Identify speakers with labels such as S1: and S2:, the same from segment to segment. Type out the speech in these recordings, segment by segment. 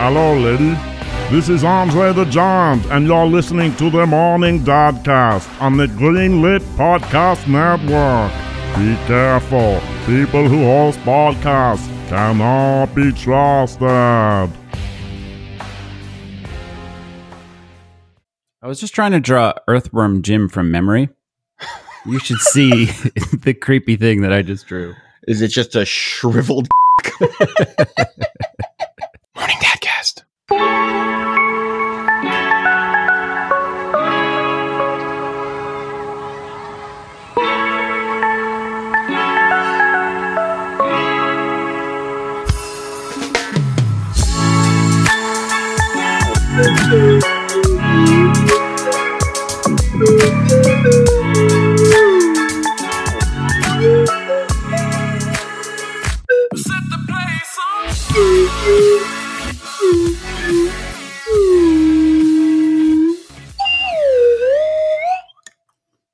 S1: Hello, lady. This is Andre the Giant, and you're listening to the Morning Dodcast on the Greenlit Podcast Network. Be careful. People who host podcasts cannot be trusted.
S2: I was just trying to draw Earthworm Jim from memory. You should see the creepy thing that I just drew.
S3: Is it just a shriveled? Morning Dadcast.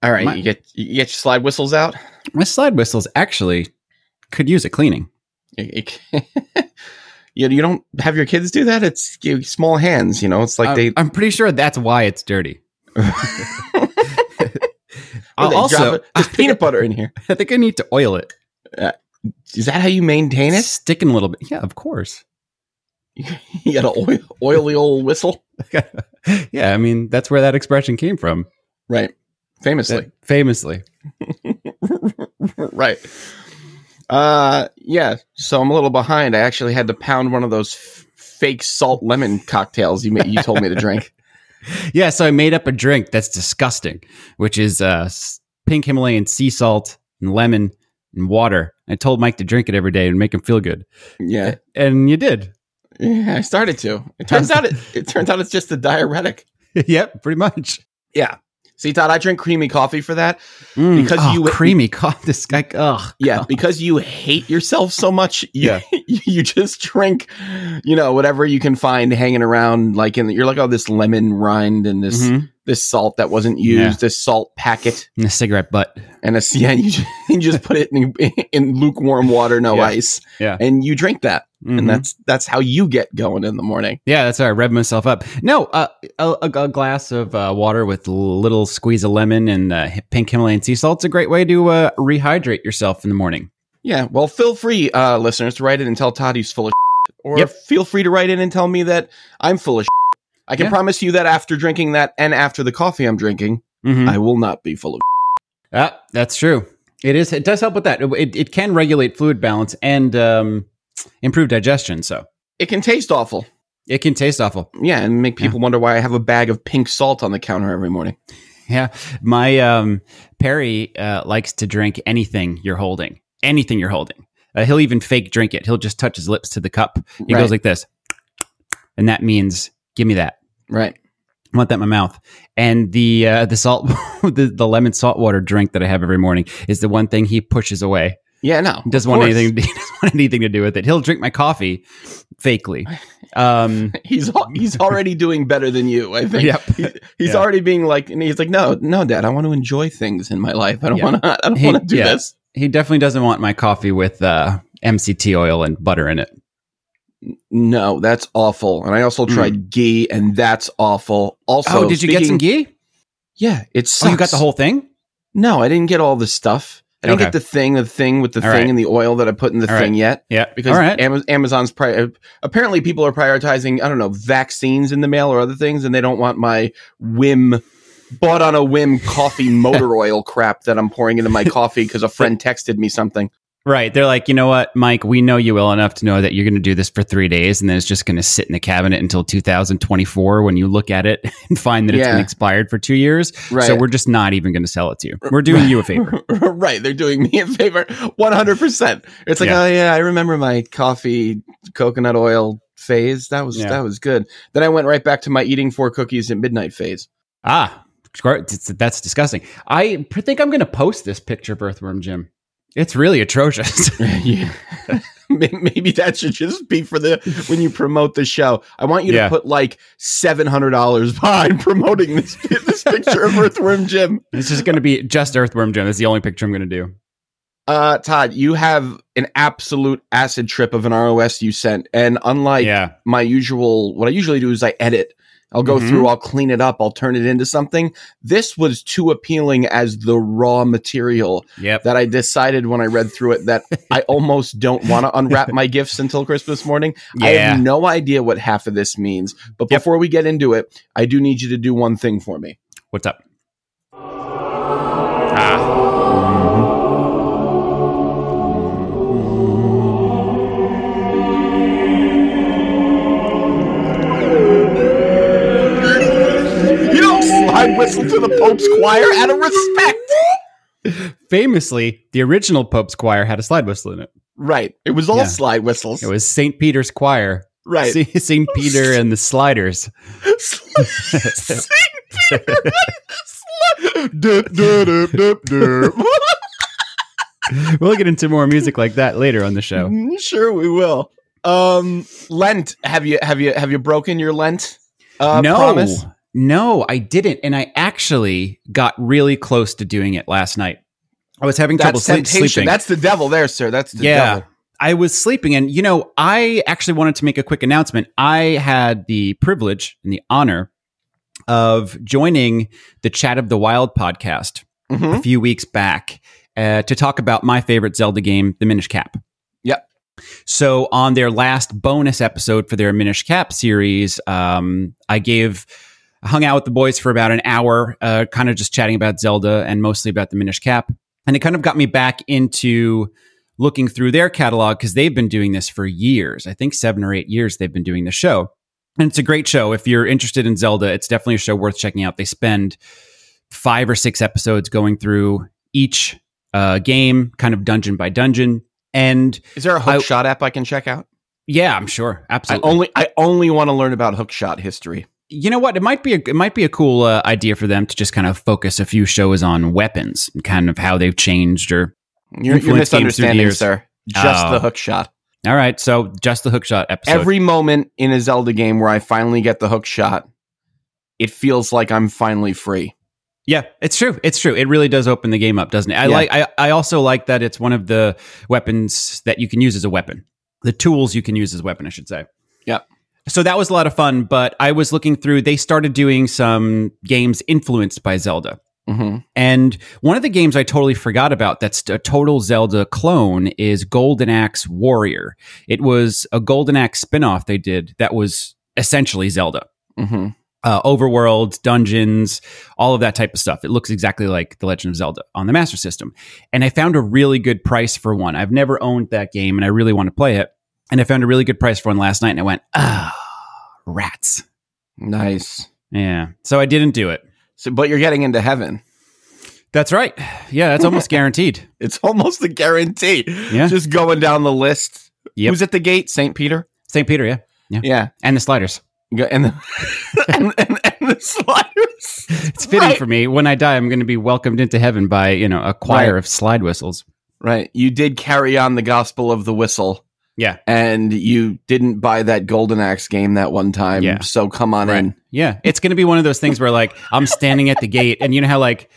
S3: All right,
S2: My-
S3: you get you get your slide whistles out.
S2: My slide whistles actually could use a cleaning.
S3: You, you- you- you don't have your kids do that. It's you, small hands. You know, it's like
S2: I'm,
S3: they,
S2: I'm pretty sure that's why it's dirty. I'll
S3: they
S2: also,
S3: drop it. There's peanut butter in here.
S2: I think I need to oil it.
S3: Is that how you maintain
S2: It's
S3: it?
S2: sticking a little bit. Yeah, of course.
S3: You got an oil, oily old whistle,
S2: yeah, I mean that's where that expression came from,
S3: right? Famously,
S2: That- famously.
S3: right? Uh, yeah. So I'm a little behind. I actually had to pound one of those f- fake salt lemon cocktails you ma- you told me to drink.
S2: Yeah, so I made up a drink that's disgusting, which is uh, s- pink Himalayan sea salt and lemon and water. I told Mike to drink it every day and make him feel good,
S3: Yeah,
S2: and you did.
S3: Yeah, I started to. It turns out it, it turns out it's just a diuretic.
S2: yep, pretty much.
S3: Yeah. See, Todd, I drink creamy coffee for that.
S2: Mm,
S3: Because
S2: oh,
S3: you-
S2: creamy coffee. This guy. Ugh.
S3: Yeah, because you hate yourself so much. you-
S2: Yeah.
S3: you just drink, you know, whatever you can find hanging around. Like, in the, you're like, oh, this lemon rind and this
S2: Mhm.
S3: this salt that wasn't used,
S2: Yeah.
S3: this salt packet,
S2: And a cigarette butt.
S3: and a yeah, you just, you just put it in, in lukewarm water, no
S2: Yeah.
S3: ice,
S2: Yeah.
S3: and you drink that,
S2: Mhm.
S3: and that's that's how you get going in the morning.
S2: yeah, that's how I rev myself up. No, uh, a, a- a glass of uh, water with a little squeeze of lemon and uh, pink Himalayan sea salt's a great way to uh, rehydrate yourself in the morning.
S3: Yeah, well, feel free, uh, listeners, to write in and tell Todd he's full of shit, or
S2: Yep.
S3: feel free to write in and tell me that I'm full of shit. I can
S2: Yeah.
S3: promise you that after drinking that and after the coffee I'm drinking,
S2: Mhm.
S3: I will not be full of
S2: Ah, that's true. It is. It does help with that. It, it can regulate fluid balance and um, improve digestion. So
S3: shit. It can taste awful.
S2: it can taste awful.
S3: Yeah, and make people wonder why I have a bag of pink salt on the counter every morning.
S2: Yeah, my um, Perry uh, likes to drink anything you're holding. Anything you're holding. Uh, he'll even fake drink it. He'll just touch his lips to the cup. He
S3: right,
S2: goes like this, and that means give me that.
S3: right.
S2: I want that in my mouth. And the uh, the salt, the, the lemon salt water drink that I have every morning is the one thing he pushes away.
S3: Yeah, no.
S2: He doesn't
S3: of
S2: want
S3: course.
S2: anything. He doesn't want anything to do with it. He'll drink my coffee, fakely. Um,
S3: He's al- he's already doing better than you, I think.
S2: yep.
S3: He's, he's
S2: Yeah.
S3: already being like, and he's like, no, no, Dad, I want to enjoy things in my life. I don't
S2: Yeah.
S3: want to. I don't
S2: He-
S3: want to do
S2: yeah.
S3: this.
S2: He definitely doesn't want my coffee with uh, MCT oil and butter in it.
S3: No, that's awful. And I also
S2: Mm.
S3: tried ghee, and that's awful. Also,
S2: oh, did you get some
S3: speaking-
S2: ghee?
S3: Yeah, it's.
S2: Oh, you got the whole thing.
S3: No, I didn't get all the stuff. I didn't
S2: Okay.
S3: get the thing, the thing with the
S2: All
S3: thing,
S2: right.
S3: and the oil that I put in the
S2: All
S3: thing yet.
S2: Yeah.
S3: Because
S2: All right.
S3: Ama- Amazon's pri- apparently people are prioritizing, I don't know, vaccines in the mail or other things, and they don't want my whim, bought on a whim coffee motor oil crap that I'm pouring into my coffee because a friend texted me something.
S2: Right. They're like, you know what, Mike? We know you well enough to know that you're going to do this for three days, and then it's just going to sit in the cabinet until 2024 when you look at it and find that it's
S3: Yeah.
S2: been expired for two years.
S3: Right.
S2: So we're just not even going to sell it to you. We're doing you a favor.
S3: right. They're doing me a favor 100%. It's like,
S2: Yeah.
S3: oh, yeah, I remember my coffee, coconut oil phase. That was
S2: Yeah.
S3: that was good. Then I went right back to my eating four cookies at midnight phase.
S2: Ah, squir- that's- that's disgusting. I p- think I'm going to post this picture of Earthworm Jim. It's really atrocious.
S3: yeah. May- Maybe that should just be for the when you promote the show. I want you
S2: Yeah.
S3: to put like seven hundred dollars behind promoting this this picture of Earthworm Jim.
S2: it's just going to be just Earthworm Jim. That's the only picture I'm going to do.
S3: Uh, Todd, you have an absolute acid trip of an ROS you sent, and unlike
S2: yeah.
S3: my usual, what I usually do is I edit. I'll go
S2: Mhm.
S3: through, I'll clean it up, I'll turn it into something. This was too appealing as the raw material
S2: Yep.
S3: that I decided when I read through it that I almost don't want to unwrap my gifts until Christmas morning. I have
S2: yeah.
S3: no idea what half of this means. But
S2: Yep.
S3: before we get into it, I do need you to do one thing for me.
S2: What's up? Ah.
S3: You don't slide whistle to the Pope's choir out of respect.
S2: Famously, the original Pope's choir had a slide whistle in it.
S3: Right. It was all
S2: Yeah.
S3: slide whistles.
S2: It was St. Peter's Choir.
S3: right.
S2: St. St. Peter and the Sliders.
S3: St. Peter. Dup, dup, dup, dup, dup.
S2: We'll get into more music like that later on the show.
S3: Mm, sure we will. Um Lent, have you have you have you broken your Lent uh
S2: no,
S3: promise?
S2: no, I didn't. And I actually got really close to doing it last night. I was having trouble
S3: That's
S2: sleep-
S3: temptation.
S2: sleeping.
S3: That's the devil there, sir. That's the
S2: yeah.
S3: devil.
S2: I was sleeping, and you know, I actually wanted to make a quick announcement. I had the privilege and the honor of joining the Chat of the Wild podcast
S3: Mhm.
S2: a few weeks back uh, to talk about my favorite Zelda game, the Minish Cap.
S3: Yep.
S2: So on their last bonus episode for their Minish Cap series, um, I gave I hung out with the boys for about an hour, uh, kind of just chatting about Zelda and mostly about the Minish Cap, and it kind of got me back into looking through their catalog because they've been doing this for years. I think seven or eight years they've been doing the show. And it's a great show. If you're interested in Zelda, it's definitely a show worth checking out. They spend five or six episodes going through each uh, game, kind of dungeon by dungeon. And
S3: Is there a hook shot app I can check out?
S2: yeah, I'm sure.
S3: I
S2: Absolutely.
S3: only I only want to learn about hook shot history.
S2: you know what? It might be a, it might be a cool uh, idea for them to just kind of focus a few shows on weapons and kind of how they've changed or
S3: You're, you're
S2: Influence games through the
S3: misunderstanding,
S2: years.
S3: sir. Just
S2: Oh.
S3: the hook shot.
S2: All right, so just the hookshot episode.
S3: Every moment in a Zelda game where I finally get the hook shot, it feels like I'm finally free.
S2: yeah, it's true. It's true. It really does open the game up, doesn't it? I
S3: Yeah.
S2: like. I, I also like that it's one of the weapons that you can use as a weapon. The tools you can use as a weapon, I should say.
S3: Yep.
S2: So that was a lot of fun, but I was looking through. They started doing some games influenced by Zelda.
S3: Mm-hmm.
S2: And one of the games I totally forgot about that's a total Zelda clone is Golden Axe Warrior. It was a Golden Axe spin-off they did that was essentially Zelda.
S3: Mm-hmm.
S2: uh, overworld dungeons all of that type of stuff it looks exactly like the legend of zelda on the master system and i found a really good price for one i've never owned that game and i really want to play it and i found a really good price for one last night and i went ah rats
S3: Nice.
S2: yeah so i didn't do it
S3: So, but you're getting into heaven.
S2: that's right yeah that's almost guaranteed
S3: It's almost a guarantee.
S2: Yeah.
S3: Just going down the list.
S2: Yep.
S3: Who's at the gate? St. Peter?
S2: st peter yeah
S3: Yeah.
S2: and the sliders
S3: You go- And the, and, and, and the sliders.
S2: it's fitting
S3: Right.
S2: for me when i die i'm going to be welcomed into heaven by you know a choir
S3: Right.
S2: of slide whistles
S3: Right. You did carry on the gospel of the whistle.
S2: Yeah.
S3: And you didn't buy that Golden Axe game that one time.
S2: Yeah.
S3: So come on in.
S2: Yeah, it's going to be one of those things where like I'm standing at the gate, and you know how like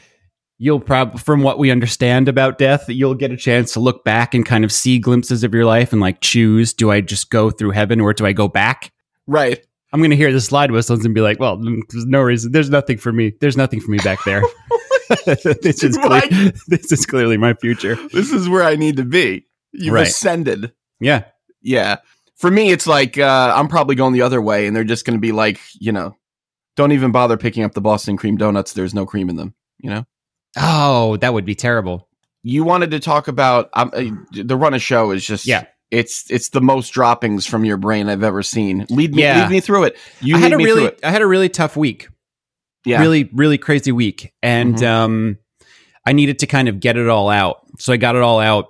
S2: you'll probably, from what we understand about death, you'll get a chance to look back and kind of see glimpses of your life and like choose: do I just go through heaven or do I go back?
S3: Right.
S2: I'm going to hear the slide whistles and be like, well, mm, there's no reason. There's nothing for me. There's nothing for me back there. this is cle-
S3: Why?
S2: this is clearly my future.
S3: This is where I need to be. You've
S2: Right.
S3: ascended.
S2: Yeah,
S3: Yeah. For me, it's like uh, I'm probably going the other way, and they're just going to be like, you know, don't even bother picking up the Boston cream donuts. There's no cream in them. You know,
S2: Oh, that would be terrible.
S3: you wanted to talk about um, uh, the run of show is just
S2: Yeah.
S3: It's it's the most droppings from your brain I've ever seen. Lead me,
S2: Yeah.
S3: lead me through it. You
S2: I had
S3: lead
S2: a
S3: me through
S2: really,
S3: it.
S2: I had a really tough week.
S3: Yeah.
S2: really really crazy week and
S3: Mhm.
S2: um i needed to kind of get it all out so i got it all out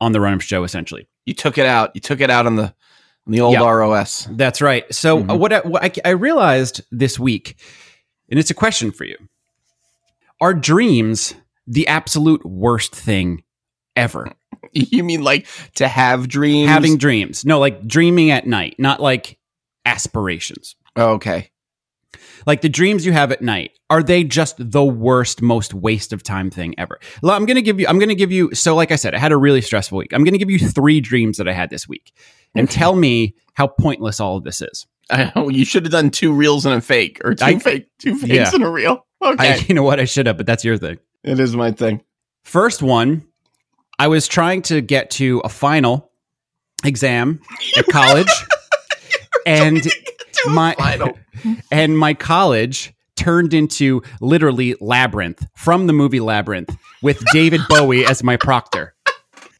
S2: on the run up show essentially
S3: you took it out. You took it out on the on the old
S2: Yeah.
S3: ROS.
S2: that's right so uh,
S3: Mhm.
S2: what, I, what I, I realized this week and it's a question for you are dreams the absolute worst thing ever
S3: You mean like to have dreams?
S2: having dreams no like dreaming at night not like aspirations
S3: oh, okay.
S2: Like the dreams you have at night, are they just the worst, most waste of time thing ever? Well, I'm gonna give you. I'm gonna give you. So, like I said, I had a really stressful week. I'm gonna give you three dreams that I had this week, and tell me how pointless all of this is.
S3: I know, you should have done two reels and a fake, or two
S2: I-
S3: fake, two fakes
S2: Yeah.
S3: and a reel. Okay,
S2: I, you know what? I should have, but that's your thing.
S3: it is my thing.
S2: First one, I was trying to get to a final exam at college, and
S3: To a
S2: my
S3: final.
S2: and my college turned into literally labyrinth from the movie Labyrinth with David Bowie as my proctor.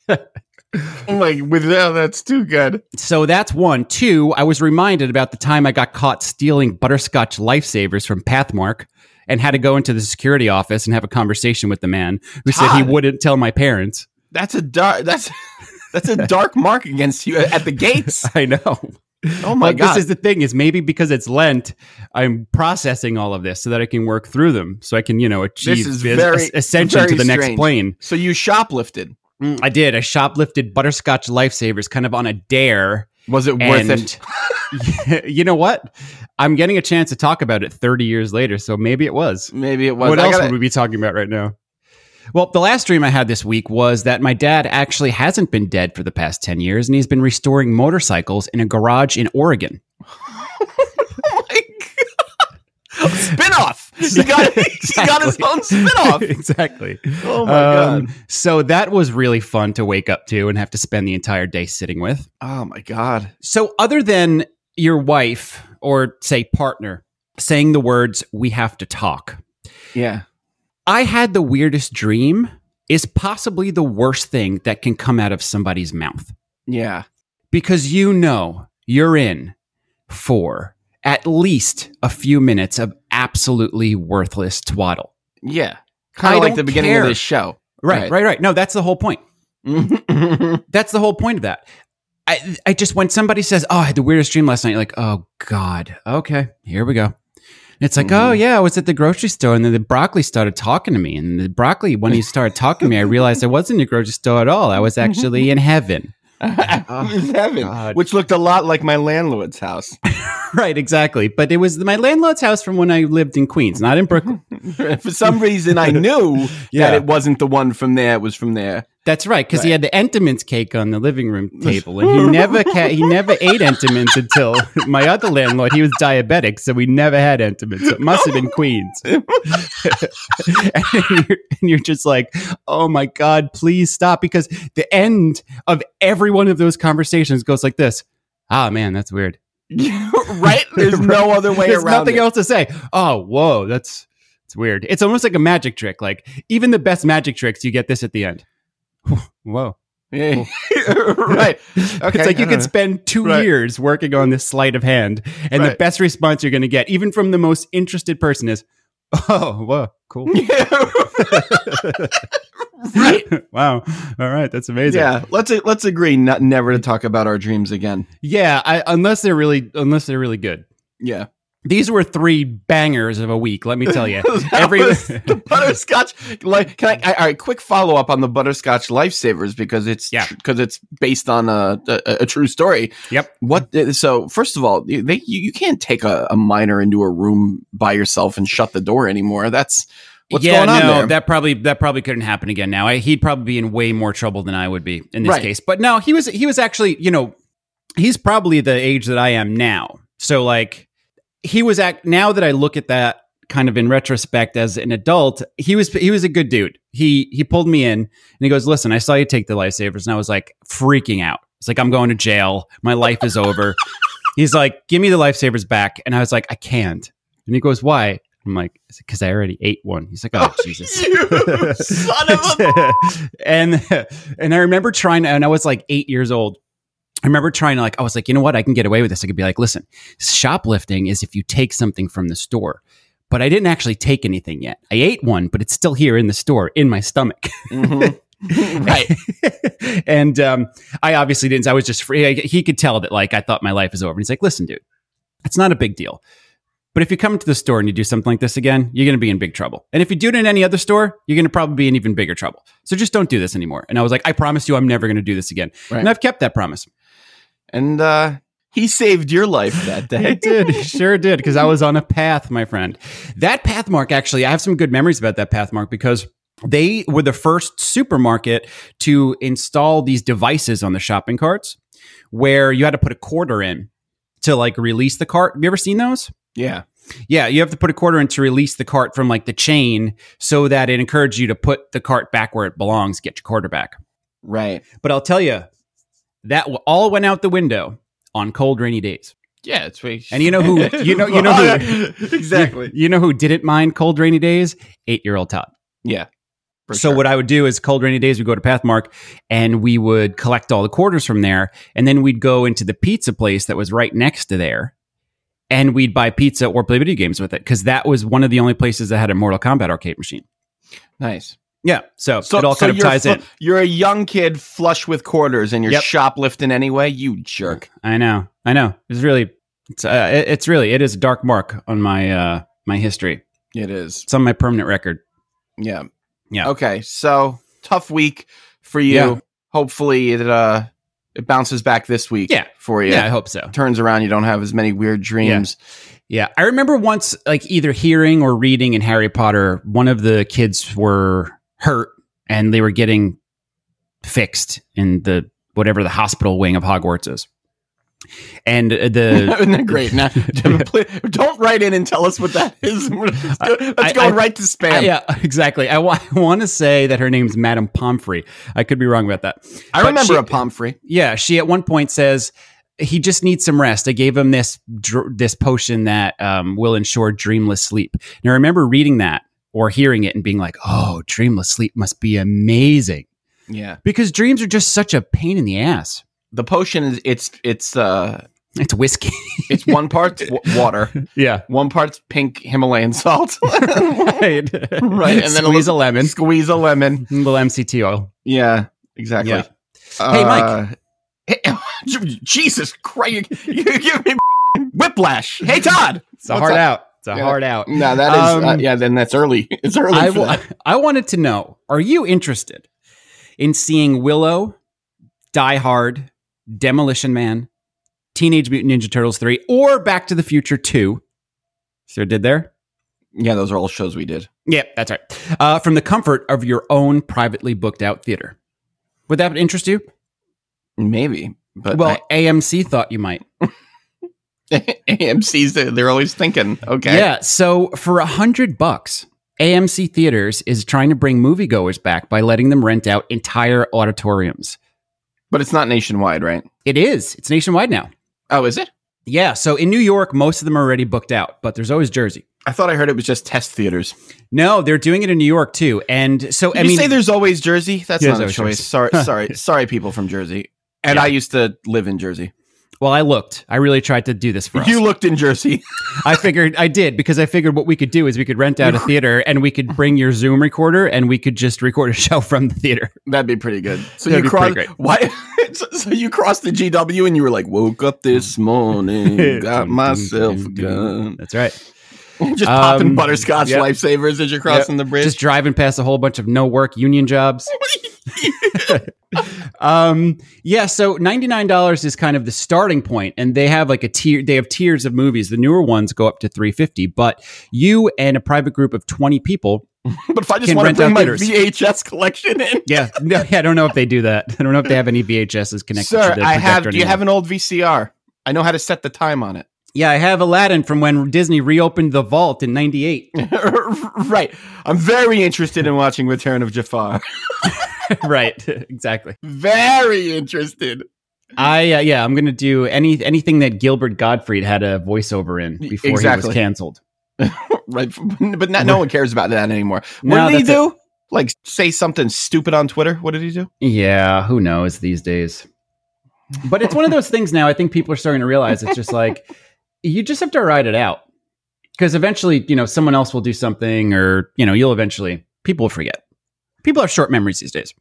S3: I'm like, with oh, that's too good.
S2: So that's one. Two, I was reminded about the time I got caught stealing butterscotch lifesavers from Pathmark and had to go into the security office and have a conversation with the man who said he
S3: Todd.
S2: wouldn't tell my parents.
S3: That's a dark. That's that's a dark mark against you at the gates.
S2: I know.
S3: Oh my
S2: but
S3: god!
S2: this is the thing is maybe because it's Lent, I'm processing all of this so that I can work through them, so I can you know achieve
S3: is
S2: as-
S3: very-
S2: as- ascension to
S3: very
S2: the next
S3: strange.
S2: plane.
S3: so you shoplifted.
S2: Mm, I did. I shoplifted butterscotch lifesavers, kind of on a dare.
S3: Was it worth
S2: And
S3: it?
S2: you know what? I'm getting a chance to talk about it 30 years later, so maybe it was.
S3: Maybe it was.
S2: what
S3: I
S2: else
S3: gotta-
S2: would we be talking about right now? Well, the last dream I had this week was that my dad actually hasn't been dead for the past 10 years, and he's been restoring motorcycles in a garage in Oregon.
S3: Oh my god! Spinoff. He got he got his
S2: Exactly.
S3: own spinoff.
S2: exactly.
S3: Oh my
S2: Um,
S3: god!
S2: So that was really fun to wake up to and have to spend the entire day sitting with.
S3: Oh my god!
S2: So, other than your wife or say partner saying the words, we have to talk,
S3: Yeah.
S2: I had the weirdest dream is possibly the worst thing that can come out of somebody's mouth
S3: Yeah.
S2: because you know you're in for at least a few minutes of absolutely worthless twaddle.
S3: Yeah.
S2: I
S3: Kind of like
S2: don't
S3: the beginning
S2: care.
S3: of this show.
S2: Right,
S3: Right.
S2: right, right. No, that's the whole point.
S3: Mm-hmm.
S2: That's the whole point of that. I, I just when somebody says, "Oh, I had the weirdest dream last night," you're like, "Oh God, okay, here we go." And it's like, "Oh
S3: Mhm.
S2: yeah, I was at the grocery store, and then the broccoli started talking to me, and the broccoli when he started talking to me, I realized I wasn't in the grocery store at all. I was actually in heaven."
S3: It's heaven,
S2: Oh, God.
S3: which looked a lot like my landlord's house.
S2: right, exactly. But it was my landlord's house from when I lived in Queens, not in Brooklyn.
S3: For some reason, I knew
S2: Yeah.
S3: that it wasn't the one from there. It was from there.
S2: That's right, because he had the Entenmann's cake on the living room table, and he never ca- he never ate Entenmann's until my other landlord. He was diabetic, so we never had Entenmann's. So it must have been Queens. and, you're, and you're just like, oh my god, please stop! Because the end of every one of those conversations goes like this. Ah man, that's weird.
S3: right? There's no other way
S2: There's
S3: around.
S2: nothing
S3: it.
S2: else to say. Oh whoa, that's it's weird. It's almost like a magic trick. Like even the best magic tricks, you get this at the end. whoa.
S3: Yeah. right. Okay.
S2: it's like you can
S3: I don't know.
S2: spend two
S3: Right.
S2: years working on this sleight of hand, and the
S3: Right.
S2: best response you're going to get, even from the most interested person, is, "Oh, whoa, cool,
S3: right.
S2: wow, all right, that's amazing."
S3: Yeah. Let's let's agree not, never to talk about our dreams again.
S2: Yeah, I, unless they're really, unless they're really good.
S3: Yeah.
S2: These were three bangers of a week. Let me tell you,
S3: That
S2: every
S3: was the butterscotch. Like, can I, I? All right. Quick follow up on the butterscotch lifesavers because it's
S2: Yeah.
S3: because it's based on a, a a true story.
S2: Yep.
S3: What? uh, So first of all, they you, you can't take a, a minor into a room by yourself and shut the door anymore. That's what's
S2: yeah,
S3: going on
S2: no,
S3: there.
S2: that probably that probably couldn't happen again. Now I, he'd probably be in way more trouble than I would be in this
S3: Right.
S2: case. But no, he was he was actually you know he's probably the age that I am now. So like he was act now that I look at that kind of in retrospect as an adult, he was he was a good dude. He he pulled me in and he goes, "Listen, I saw you take the lifesavers," and I was like freaking out. It's like I'm going to jail. My life is over. He's like, "Give me the lifesavers back," and I was like, "I can't." And he goes, "Why?" I'm like, "Because I already ate one." He's like, "Oh Jesus."
S3: you son of a.
S2: and and I remember trying to, and I was like eight years old. I remember trying to like, I was like, you know what? I can get away with this. I could be like, listen, shoplifting is if you take something from the store. But I didn't actually take anything yet. I ate one, but it's still here in the store in my stomach.
S3: Mhm. right.
S2: and um, I obviously didn't. I was just free. I- He could tell that like I thought my life is over. And he's like, listen, dude, it's not a big deal. But if you come to the store and you do something like this again, you're going to be in big trouble. And if you do it in any other store, you're going to probably be in even bigger trouble. So just don't do this anymore. And I was like, I promise you, I'm never going to do this again.
S3: Right.
S2: And I've kept that promise.
S3: And uh, He saved your life that
S2: He
S3: day.
S2: did. He sure did. Because I was on a path, my friend. That path mark, actually, I have some good memories about that path mark because they were the first supermarket to install these devices on the shopping carts where you had to put a quarter in to like release the cart. Have you ever seen those?
S3: Yeah.
S2: Yeah, you have to put a quarter in to release the cart from like the chain so that it encourages you to put the cart back where it belongs, get your quarter back.
S3: Right.
S2: But I'll tell you, that w- all went out the window on cold, rainy days.
S4: Yeah, it's pretty.
S2: And you know who? You know,
S3: Oh,
S2: you know who?
S3: exactly.
S2: You, you know who didn't mind cold rainy days? Eight year old Todd.
S3: Yeah. For
S2: so
S3: sure.
S2: what I would do is cold rainy days we go to Pathmark and we would collect all the quarters from there, and then we'd go into the pizza place that was right next to there, and we'd buy pizza or play video games with it because that was one of the only places that had a Mortal Kombat arcade machine.
S3: Nice.
S2: Yeah, so, it all kind of
S3: you're
S2: ties
S3: fl-
S2: in.
S3: You're a young kid flush with quarters and you're
S2: Yep.
S3: shoplifting anyway, you jerk.
S2: I know, I know. It's really, it's, uh, it- it's really, it is a dark mark on my uh my history.
S3: It is.
S2: It's on my permanent record.
S3: Yeah.
S2: Yeah.
S3: Okay. So tough week for you.
S2: Yeah.
S3: Hopefully it uh it bounces back this week
S2: Yeah.
S3: for you.
S2: Yeah, I hope so.
S3: Turns around you don't have as many weird dreams.
S2: Yeah, I remember once like either hearing or reading in Harry Potter, one of the kids were hurt and they were getting fixed in the whatever the hospital wing of Hogwarts is. And uh, the
S3: Isn't that great? Now, pl- don't write in and tell us what that is. That's
S2: I-
S3: going
S2: I-
S3: right to spam.
S2: I- yeah, exactly. I want to say that her name's Madame Pomfrey. I could be wrong about that.
S3: I
S2: But
S3: remember
S2: she-
S3: a Pomfrey.
S2: Yeah, she at one point says he just needs some rest. I gave him this dr- this potion that um, will ensure dreamless sleep. Now, I remember reading that or hearing it and being like, "Oh, dreamless sleep must be amazing,"
S3: Yeah.
S2: because dreams are just such a pain in the ass.
S3: The potion is it's it's uh
S2: It's whiskey.
S3: it's one part w- water,
S2: Yeah,
S3: one part's pink Himalayan salt.
S2: right.
S3: Right, and
S2: And
S3: then
S2: then
S3: a
S2: squeeze a,
S3: little-
S2: lemon,
S3: and squeeze a lemon.
S2: a little MCT oil.
S3: Yeah, exactly.
S2: Yeah. Hey, Mike.
S3: hey, Jesus Christ! You, you give me whiplash. Hey, Todd.
S2: It's a
S3: What's
S2: hard
S3: up?
S2: out. It's a
S3: Yeah.
S2: hard out.
S3: No, that is. uh,
S2: Um,
S3: yeah, then that's early. It's early.
S2: I,
S3: for
S2: wa-
S3: that.
S2: I wanted to know are you interested in seeing Willow, Die Hard, Demolition Man, Teenage Mutant Ninja Turtles 3, or Back to the Future 2? So did there?
S3: Yeah, those are all shows we did.
S2: Yep, that's right. Uh, from the comfort of your own privately booked out theater. Would that interest you?
S3: Maybe, but
S2: well,
S3: well,
S2: AMC thought you might.
S3: AMC's they're they're always thinking. Okay.
S2: Yeah. So for a hundred bucks, AMC Theaters is trying to bring moviegoers back by letting them rent out entire auditoriums.
S3: But it's not nationwide, right?
S2: It is. It's nationwide now.
S3: Oh, is it?
S2: Yeah, so in New York, most of them are already booked out, but there's always Jersey.
S3: I thought I heard it was just test theaters.
S2: No, they're doing it in New York too, and so
S3: Did
S2: I
S3: you
S2: mean,
S3: say there's always Jersey? That's
S2: Yeah,
S3: not a
S2: there's
S3: choice.
S2: always
S3: Sorry, sorry, sorry, people from Jersey. And
S2: Yeah.
S3: I used to live in Jersey.
S2: well, I looked. I really tried to do this for us.
S3: You looked in Jersey.
S2: I figured I did because I figured what we could do is we could rent out a theater and we could bring your Zoom recorder and we could just record a show from the theater.
S3: That'd be pretty good. So
S2: That'd be
S3: you crossed
S2: pretty great.
S3: why? So, so you crossed the GW and you were like, "Woke up this
S2: Mm.
S3: morning, got myself a gun."
S2: That's right.
S3: Just popping
S2: Um,
S3: butterscotch
S2: yep.
S3: lifesavers as you're crossing the bridge.
S2: Just driving past a whole bunch of no work union jobs. um yeah so $99 is kind of the starting point and they have like a tier they have tiers of movies the newer ones go up to 350 but you and a private group of 20 people
S3: but if I just
S2: can
S3: want to
S2: rent
S3: bring
S2: out
S3: my
S2: theaters.
S3: VHS collection in,
S2: yeah no, yeah i don't know if they do that i don't know if they have any vhs's connected
S3: sir,
S2: to the
S3: I have.
S2: projector
S3: Do you
S2: anymore.
S3: have an old VCR? I know how to set the time on it.
S2: yeah i have aladdin from when disney reopened the vault in 98
S3: right. I'm very interested in watching Return of Jafar.
S2: right exactly
S3: Very interested.
S2: i uh, yeah i'm gonna do any anything that gilbert gottfried had a voiceover in before he
S3: Exactly.
S2: was canceled
S3: Right. But not, no one cares about that anymore. What
S2: No,
S3: did he
S2: that's
S3: do? Like say something stupid on Twitter. What did he do?
S2: Yeah, who knows these days? But it's one of those things now. I think people are starting to realize it's just like you just have to ride it out because eventually, you know, someone else will do something, or you know, you'll eventually people will forget. People have short memories these days.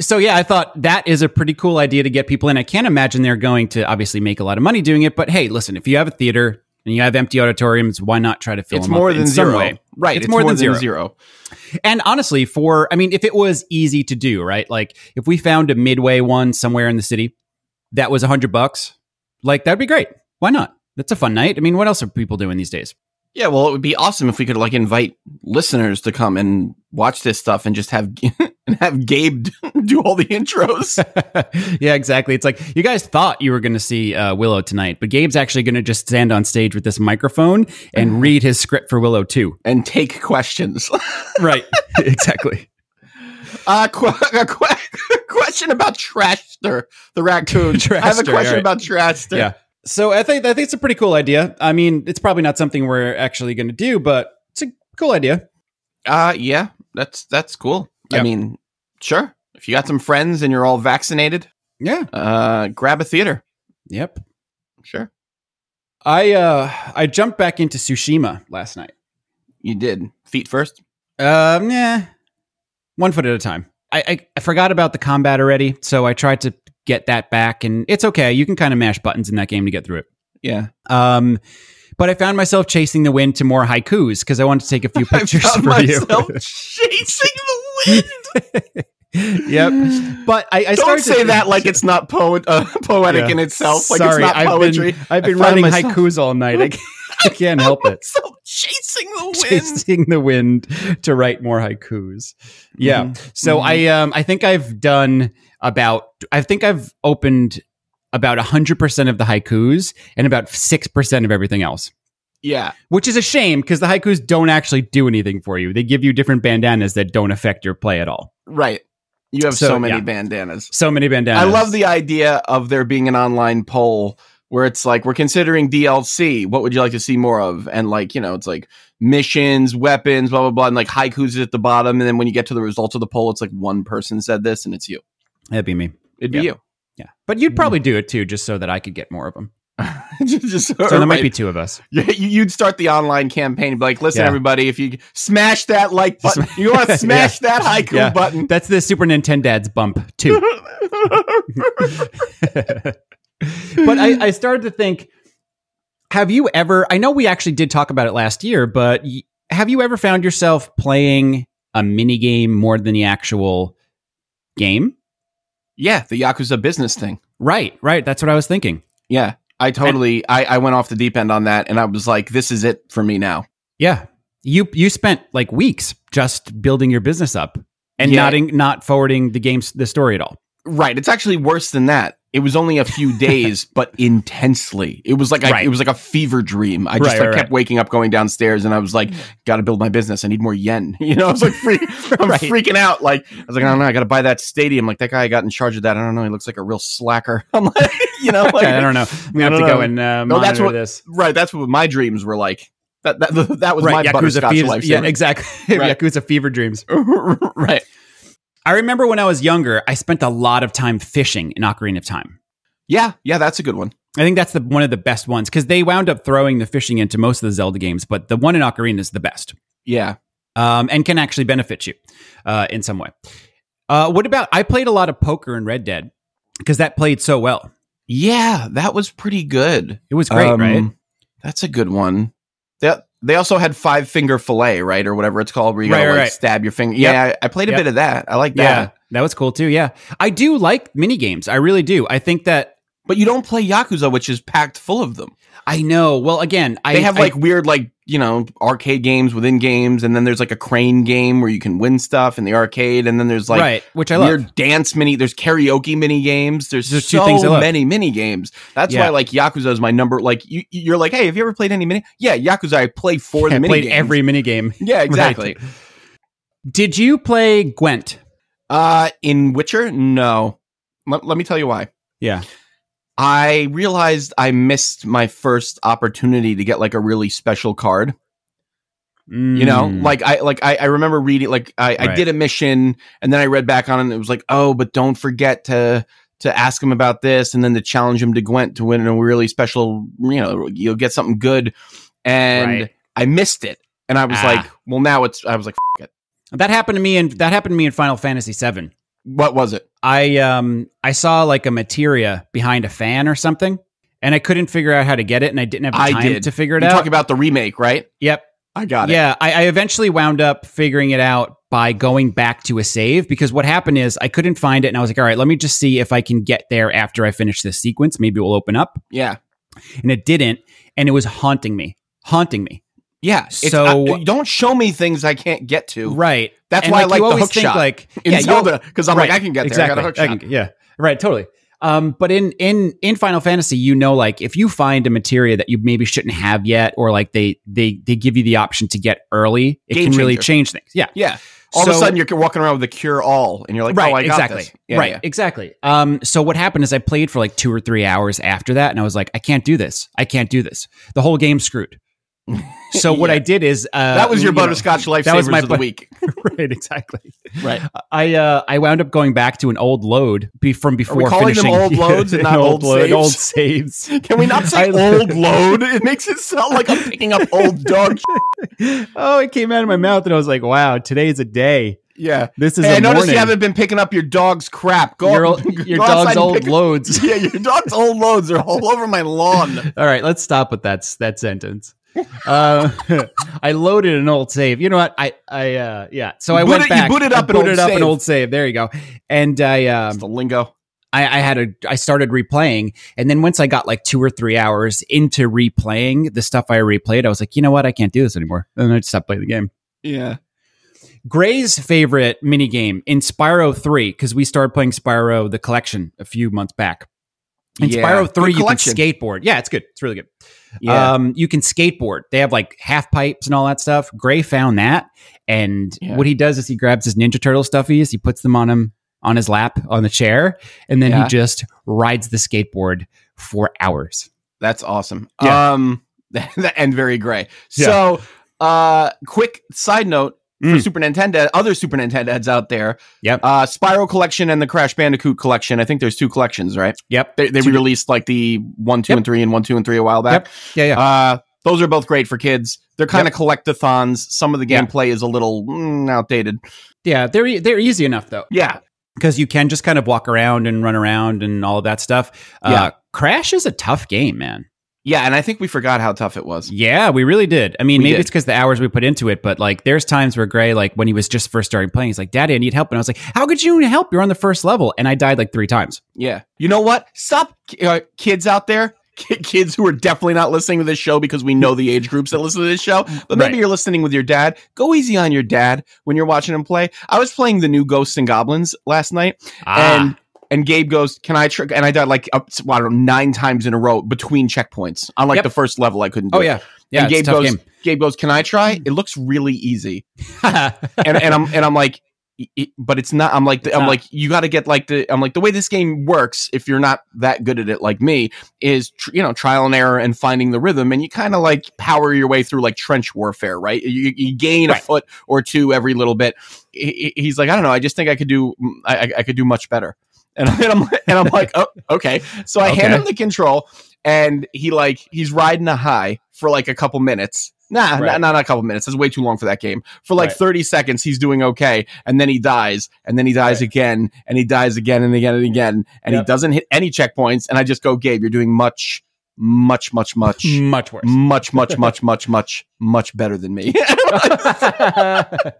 S2: So yeah, I thought that is a pretty cool idea to get people in. I can't imagine they're going to obviously make a lot of money doing it, but hey, listen, if you have a theater and you have empty auditoriums, why not try to fill
S3: it's
S2: them up
S3: more
S2: in
S3: than
S2: some
S3: zero.
S2: way?
S3: Right.
S2: It's more than zero.
S3: zero.
S2: And honestly, for I mean, if it was easy to do, right? Like if we found a midway one somewhere in the city that was a hundred bucks, Like that'd be great. Why not? That's a fun night. I mean, what else are people doing these days?
S3: Yeah, well, it would be awesome if we could like invite listeners to come and watch this stuff and just have and have Gabe do all the intros.
S2: yeah, exactly. It's like you guys thought you were going to see uh, Willow tonight, but Gabe's actually going to just stand on stage with this microphone and read his script for Willow too.
S3: and take questions.
S2: Right. exactly.
S3: Uh, qu- a qu- question about Trashster, the raccoon. I have a
S2: Trashster,
S3: question
S2: alright.
S3: about Trashster.
S2: Yeah. So I think I think it's a pretty cool idea. I mean, it's probably not something we're actually going to do, but it's a cool idea.
S3: Uh, yeah, that's that's cool. I
S2: Yep.
S3: mean, sure. If you got some friends and you're all vaccinated,
S2: Yeah.
S3: uh, grab a theater.
S2: Yep.
S3: Sure,
S2: I uh I jumped back into Tsushima last night.
S3: you did. Feet first.
S2: Um, yeah, one foot at a time. I, I I forgot about the combat already, so I tried to get that back, and it's okay. You can kind of mash buttons in that game to get through it.
S3: Yeah,
S2: Um, but I found myself chasing the wind to more haikus because I wanted to take a few
S3: I
S2: pictures
S3: found
S2: for you.
S3: myself chasing the wind.
S2: yep. But I, I
S3: Don't
S2: started to-
S3: say that like it's not po- uh, poetic
S2: Yeah.
S3: in itself. Like
S2: Sorry,
S3: it's not
S2: I've
S3: poetry.
S2: Been, I've been
S3: I found
S2: writing
S3: myself-
S2: haikus all night. I can't, I can't help it.
S3: Myself chasing the wind.
S2: chasing the wind to write more haikus. Yeah. So
S3: Mhm.
S2: I um I think I've done about I think I've opened about 100% of the haikus and about 6% of everything else.
S3: Yeah.
S2: Which is a shame because the haikus don't actually do anything for you. They give you different bandanas that don't affect your play at all.
S3: Right. You have so,
S2: So,
S3: many
S2: yeah.
S3: bandanas.
S2: So many bandanas.
S3: I love the idea of there being an online poll where it's like we're considering DLC. What would you like to see more of? And like you know, it's like missions, weapons, blah blah blah, and like haikus is at the bottom. And then when you get to the results of the poll, it's like one person said this, and it's you.
S2: That'd be me.
S3: It'd be
S2: Yeah.
S3: you.
S2: Yeah. But
S3: Mm-hmm.
S2: you'd probably do it too just so that I could get more of them.
S3: just, just-
S2: So there might
S3: Uh, er, right.
S2: be two of us.
S3: You- You'd start the online campaign and be like, listen,
S2: Yeah.
S3: everybody, if you smash that like button, you want to smash that haiku
S2: Yeah.
S3: button.
S2: That's the Super Nintendad's bump too. but I, I started to think have you ever i know we actually did talk about it last year but y- have you ever found yourself playing a mini game more than the actual game
S3: yeah, the Yakuza business thing.
S2: right right that's what i was thinking
S3: Yeah, I totally, I, I went off the deep end on that and I was like, this is it for me now.
S2: yeah you you spent like weeks just building your business up and
S3: Yeah.
S2: not in, not forwarding the game's the story at all
S3: Right. It's actually worse than that. It was only a few days, but intensely. It was like I,
S2: Right.
S3: it was like a fever dream. I just
S2: Right,
S3: like,
S2: right, Mm.
S3: kept waking up, going downstairs, and I was like, "Got to build my business. I need more yen." You know, I was like, freak, I'm
S2: Right.
S3: freaking out. Like, I was like, "I don't know. I got to buy that stadium." Like that guy I got in charge of that. I don't know. He looks like a real slacker. I'm like, you know, like
S2: i don't know i'm gonna
S3: I
S2: have
S3: don't
S2: to
S3: know.
S2: go and uh,
S3: No, that's
S2: monitor
S3: what-
S2: this
S3: right. That's what my dreams were like. That that, that was my
S2: Yakuza
S3: butterscotch
S2: fever,
S3: life.
S2: yeah, exactly.
S3: Right.
S2: Yakuza fever dreams.
S3: right.
S2: I remember when I was younger, I spent a lot of time fishing in Ocarina of Time.
S3: Yeah, yeah, that's a good one.
S2: I think that's the one of the best ones because they wound up throwing the fishing into most of the Zelda games, but the one in Ocarina is the best
S3: Yeah,
S2: um, and can actually benefit you uh, in some way. Uh, what about I played a lot of poker in Red Dead because that played so well.
S3: yeah, that was pretty good.
S2: It was great,
S3: Um,
S2: right?
S3: That's a good one. They they also had five finger fillet, right, or whatever it's called, where you
S2: Right,
S3: gotta
S2: right,
S3: like
S2: right.
S3: stab your finger.
S2: Yep.
S3: Yeah, I, I played a
S2: Yep.
S3: bit of that. I like that.
S2: Yeah, that was cool too. Yeah, I do like mini games. I really do. I think that
S3: But you don't play Yakuza, which is packed full of them.
S2: I know. Well, again, I
S3: They have
S2: I-
S3: like weird, like you know, arcade games within games, and then there's like a crane game where you can win stuff in the arcade, and then there's like
S2: right, which I
S3: weird
S2: love.
S3: dance mini. There's karaoke mini games. There's
S2: There's two
S3: so
S2: things I love.
S3: many mini games. That's
S2: Yeah.
S3: why like Yakuza is my number. Like you, you're like, hey, have you ever played any mini? Yeah, Yakuza. I play for the
S2: I
S3: mini
S2: played
S3: games.
S2: every mini game.
S3: Yeah, exactly.
S2: Did you play Gwent?
S3: Uh, in Witcher, no. Let, let me tell you why.
S2: Yeah.
S3: I realized I missed my first opportunity to get like a really special card. You know,
S2: Mm.
S3: like I like I, I remember reading like I, I
S2: Right.
S3: did a mission and then I read back on it and it was like, oh, but don't forget to to ask him about this and then to challenge him to Gwent to win a really special, you know, you'll get something good. And
S2: Right.
S3: I missed it. And I was
S2: Ah.
S3: like, well, now it's I was like, F- it.
S2: that happened to me, and that happened to me in Final Fantasy VII.
S3: What was it?
S2: I um I saw like a materia behind a fan or something, and I couldn't figure out how to get it, and I didn't have the
S3: I
S2: time
S3: did.
S2: to figure
S3: You
S2: it
S3: talk
S2: out.
S3: about the remake, right?
S2: yep.
S3: I got it.
S2: Yeah, I, I eventually wound up figuring it out by going back to a save because what happened is I couldn't find it and I was like, all right, let me just see if I can get there after I finish this sequence. Maybe it will open up.
S3: Yeah.
S2: And it didn't. And it was haunting me, haunting me.
S3: Yeah.
S5: It's-
S2: So-
S5: I- don't show me things I can't get to.
S2: Right.
S3: That's
S2: And,
S3: why I like
S2: you
S3: the
S2: always
S3: hook
S2: think,
S3: shot.
S2: Like,
S3: in
S2: yeah, you al-
S3: Zelda, because I'm
S2: right,
S3: like, I can get there.
S2: Exactly.
S3: I got a hook
S2: I
S3: shot.
S2: can- yeah. Right. Totally. Um, but in in in Final Fantasy, you know, like if you find a materia that you maybe shouldn't have yet, or like they they they give you the option to get early, it
S5: Game
S2: can really
S5: changer.
S2: change things. Yeah.
S3: Yeah. All of a
S2: So-
S3: sudden, you're walking around with a cure all, and you're like,
S2: right
S3: oh, I got
S2: exactly
S3: this. Yeah,
S2: right
S3: yeah.
S2: exactly um so what happened is i played for like two or three hours after that and i was like i can't do this i can't do this the whole game's screwed so what i did is uh
S3: That was your
S2: you know-
S3: butterscotch
S2: that was
S3: lifesavers
S2: my
S3: of the
S2: bu-
S3: week.
S2: right exactly
S3: Right.
S2: i uh i wound up going back to an old load be from before
S3: calling them
S2: finishing
S3: old loads and
S2: An
S3: not old saves?
S2: old saves
S3: Can we not say old load? It makes it sound like I'm picking up old dog. shit.
S2: oh it came out of my mouth and i was like wow today is a day
S3: Yeah.
S2: this is
S3: Hey,
S2: a
S3: I noticed
S2: morning.
S3: you haven't been picking up your dog's crap. Go
S2: your,
S3: out-
S2: old- your
S3: go outside
S2: dog's
S3: and
S2: old
S3: pick-
S2: loads
S3: Yeah, your dog's old loads are all over my lawn.
S2: All right, let's stop with that that sentence. Uh, I loaded an old save. You know what? I I uh, yeah. So I
S3: boot
S2: went
S3: it- you
S2: back.
S3: booted
S2: I
S3: up an
S2: booted
S3: old
S2: up an
S3: save.
S2: old save. There you go. And I um,
S3: That's the lingo.
S2: I, I had a I started replaying, and then once I got like two or three hours into replaying the stuff I replayed, I was like, you know what? I can't do this anymore, and I just stopped playing the game.
S3: Yeah.
S2: Gray's favorite mini game in Spyro Three because we started playing Spyro the Collection a few months back. In
S3: Yeah.
S2: Spyro
S3: Good
S2: Three, you can
S3: collection.
S2: skateboard. Yeah, it's good. It's really good.
S3: Yeah.
S2: Um, you can skateboard. They have like half pipes and all that stuff. Gray found that, and
S3: Yeah.
S2: what he does is he grabs his Ninja Turtle stuffies, he puts them on him on his lap on the chair, and then
S3: Yeah.
S2: he just rides the skateboard for hours.
S3: That's awesome.
S2: Yeah.
S3: Um, and very gray.
S6: Yeah.
S3: So, uh, quick side note for
S2: Mm.
S3: Super Nintendo, other Super Nintendo heads out there.
S2: Yep.
S3: Uh, Spiral Collection and the Crash Bandicoot Collection. I think there's two collections, right?
S2: Yep.
S3: They, they
S2: Two-
S3: released like the one, two,
S2: Yep.
S3: and three, and one, two, and three a while back.
S2: Yeah. Yeah.
S3: Uh, those are both great for kids. They're kind of collectathons. Some of the
S2: Yeah.
S3: gameplay is a little mm, outdated.
S2: yeah. They're e- they're easy enough though.
S3: Yeah,
S2: because you can just kind of walk around and run around and all of that stuff.
S3: Yeah.
S2: Uh, Crash is a tough game, man.
S3: yeah, and I think we forgot how tough it was.
S2: Yeah, we really did. I mean,
S3: We
S2: maybe
S3: did.
S2: it's because the hours we put into it, but like, there's times where Gray, like, when he was just first starting playing, he's like, "Daddy, I need help," and I was like, "How could you help? You're on the first level," and I died like three times.
S3: Yeah, you know what? Stop, ki- uh, kids out there, ki- kids who are definitely not listening to this show because we know the age groups that listen to this show. But maybe
S2: Right.
S3: you're listening with your dad. Go easy on your dad when you're watching him play. I was playing the new Ghosts and Goblins last night,
S2: Ah.
S3: and and Gabe goes, "Can I?" Tr-? And I died like up, to- well, I don't know, nine times in a row between checkpoints. Unlike
S2: Yep.
S3: the first level, I couldn't. Do
S2: oh
S3: it.
S2: yeah, yeah, it's
S3: and
S2: a
S3: Gabe
S2: tough
S3: goes,
S2: game. Mm-hmm.
S3: Gabe goes, "Can I try?" It looks really easy, and and I'm and I'm like, "E- e- but it's not. I'm like, I'm
S2: not.
S3: like, you got to get like the. I'm like the way this game works. If you're not that good at it, like me, is tr- you know trial and error and finding the rhythm, and you kind of like power your way through like trench warfare, right? You, you gain a
S2: Right.
S3: foot or two every little bit. He- he- He's like, I don't know. I just think I could do. mm, I, I, I could do much better. And I'm and I'm like, oh, okay. So I hand
S2: Okay.
S3: him the control and he like he's riding a high for like a couple minutes. Nah, nah,
S2: Right.
S3: not, a couple minutes. That's way too long for that game. For like
S2: Right.
S3: 30 seconds, he's doing okay, and then he dies, and then he dies again, and he dies again and again and again, and he
S2: Yep.
S3: doesn't hit any checkpoints. And I just go, Gabe, you're doing much, much, much, much,
S2: much worse.
S3: much, much, much, much, much, much better than me.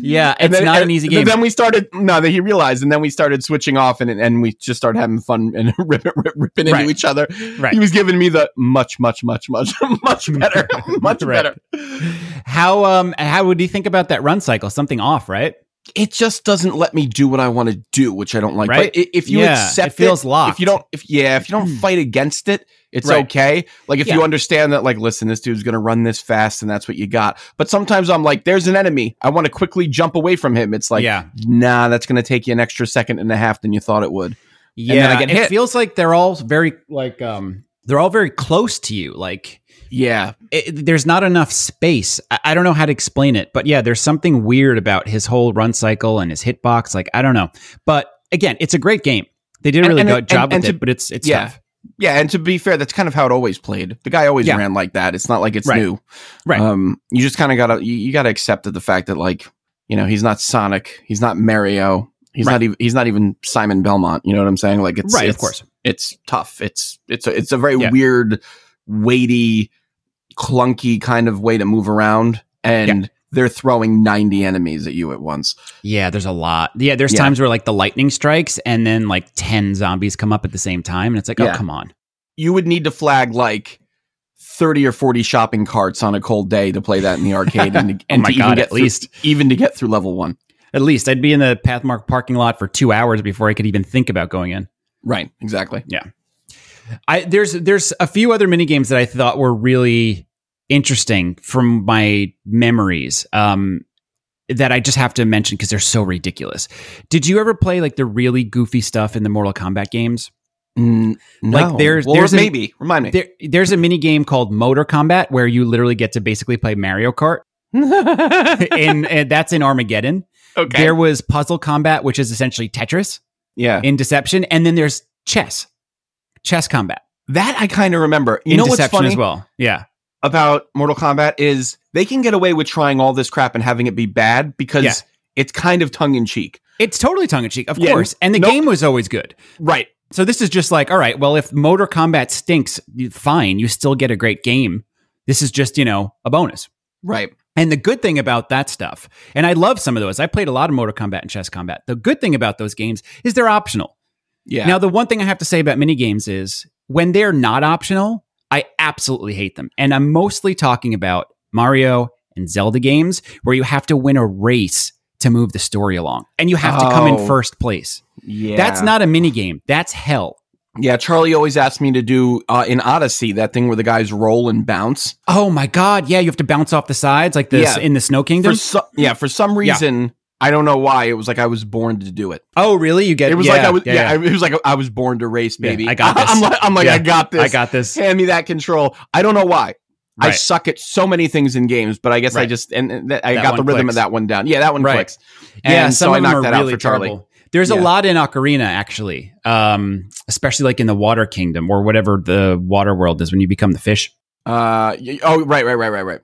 S2: yeah, it's
S3: then-
S2: not an easy game.
S3: Then we started. No, that he realized, and then we started switching off, and and we just started having fun and ripping, ripping into
S2: Right.
S3: each other.
S2: Right.
S3: He was giving me the much, much, much, much, much better, much
S2: Right.
S3: better.
S2: How um how would you think about that run cycle? Something off, right?
S3: It just doesn't let me do what I want to do, which I don't like.
S2: Right?
S3: But i- if you
S2: Yeah,
S3: accept,
S2: it feels locked. Hmm.
S3: If you don't, if yeah, if you don't fight against it, it's
S2: Right.
S3: okay. Like if
S2: Yeah.
S3: you understand that, like, listen, this dude's gonna run this fast, and that's what you got. But sometimes I'm like, there's an enemy. I want to quickly jump away from him. It's like,
S2: yeah,
S3: nah, that's gonna take you an extra second and a half than you thought it would.
S2: yeah.
S3: then I get
S2: it
S3: hit.
S2: feels like they're all very like um they're all very close to you, like.
S3: Yeah,
S2: it, there's not enough space. I, I don't know how to explain it, but yeah, there's something weird about his whole run cycle and his hitbox. Like I don't know, but again, it's a great game. They did a
S3: And-
S2: really
S3: and-
S2: good
S3: and-
S2: job
S3: and
S2: with
S3: to-
S2: it, but it's it's
S3: yeah.
S2: tough.
S3: yeah. And to be fair, that's kind of how it always played. The guy always
S2: Yeah.
S3: ran like that. It's not like it's
S2: Right.
S3: new.
S2: Right.
S3: Um, you just kind of gotta you, you gotta accept that the fact that like you know he's not Sonic, he's not Mario, he's
S2: Right.
S3: not even he's not even Simon Belmont. You know what I'm saying? Like it's
S2: right,
S3: it's,
S2: of course.
S3: It's tough. It's it's a, it's a very
S2: Yeah.
S3: weird, weighty clunky kind of way to move around and they're throwing 90 enemies at you at once.
S2: Yeah, there's a lot. Yeah, there's
S3: Yeah.
S2: times where like the lightning strikes and then like 10 zombies come up at the same time. And it's like, oh,
S3: Yeah.
S2: come on.
S3: You would need to flag like 30 or 40 shopping carts on a cold day to play that in the arcade and, to-
S2: Oh
S3: and
S2: my
S3: to even
S2: God,
S3: get
S2: at
S3: through-
S2: least.
S3: even to get through level 1.
S2: At least I'd be in the Pathmark parking lot for two hours before I could even think about going in.
S3: Right, exactly.
S2: I there's there's a few other mini games that I thought were really interesting from my memories um, that I just have to mention because they're so ridiculous. Did you ever play like the really goofy stuff in the Mortal Kombat games?
S3: Mm, no.
S2: Like, there's-
S3: well,
S2: there's an-
S3: maybe remind me.
S2: There, there's a mini game called Motor Combat where you literally get to basically play Mario Kart, and, and that's in Armageddon.
S3: okay.
S2: There was Puzzle Combat, which is essentially Tetris
S3: yeah.
S2: in Deception, and then there's chess, chess combat
S3: That I kind of remember. You
S2: in
S3: know what's
S2: Deception
S3: funny
S2: as well. Yeah.
S3: about Mortal Kombat is they can get away with trying all this crap and having it be bad because
S2: Yeah.
S3: it's kind of tongue in cheek.
S2: It's totally tongue in cheek, of
S3: Yeah,
S2: course. And the
S3: no-
S2: game was always good.
S3: Right.
S2: So this is just like, all right, well, if Motor Combat stinks, you- fine, you still get a great game. This is just, you know, a bonus.
S3: Right.
S2: And the good thing about that stuff, and I love some of those. I played a lot of Motor Combat and Chess Combat. The good thing about those games is they're optional.
S3: Yeah.
S2: Now, the one thing I have to say about minigames is when they're not optional, I absolutely hate them. And I'm mostly talking about Mario and Zelda games where you have to win a race to move the story along and you have to come in
S3: Oh.
S2: first place.
S3: yeah.
S2: That's not a mini game. That's hell.
S3: Yeah. Charlie always asked me to do uh, in Odyssey that thing where the guys roll and bounce.
S2: Oh my god! Yeah, you have to bounce off the sides like this
S3: Yeah.
S2: in the Snow
S3: For
S2: Kingdom.
S3: so- yeah. For some
S2: Yeah.
S3: reason, I don't know why. It was like I was born to do it.
S2: oh, really? You get
S3: It was
S2: yeah,
S3: like I was.
S2: yeah,
S3: Yeah.
S2: yeah.
S3: I- it was like I was born to race,
S2: Yeah,
S3: baby.
S2: I got this.
S3: I'm like, I'm like
S2: Yeah.
S3: I got this.
S2: I got this.
S3: Hand me that control. I don't know why. I
S2: Right.
S3: suck at so many things in games, but I guess I
S2: Right.
S3: just and, and that- I
S2: That
S3: got the
S2: one
S3: rhythm
S2: clicks.
S3: of that one down. Yeah, that one
S2: Right.
S3: clicks.
S2: yeah,
S3: And
S2: some
S3: so I
S2: of them
S3: knocked
S2: are
S3: that out
S2: really
S3: for Charlie.
S2: terrible. There's a
S3: Yeah.
S2: lot in Ocarina actually, um, especially like in the Water Kingdom or whatever the Water World is when you become the fish.
S3: Uh, y- oh, right, right, right, right, right.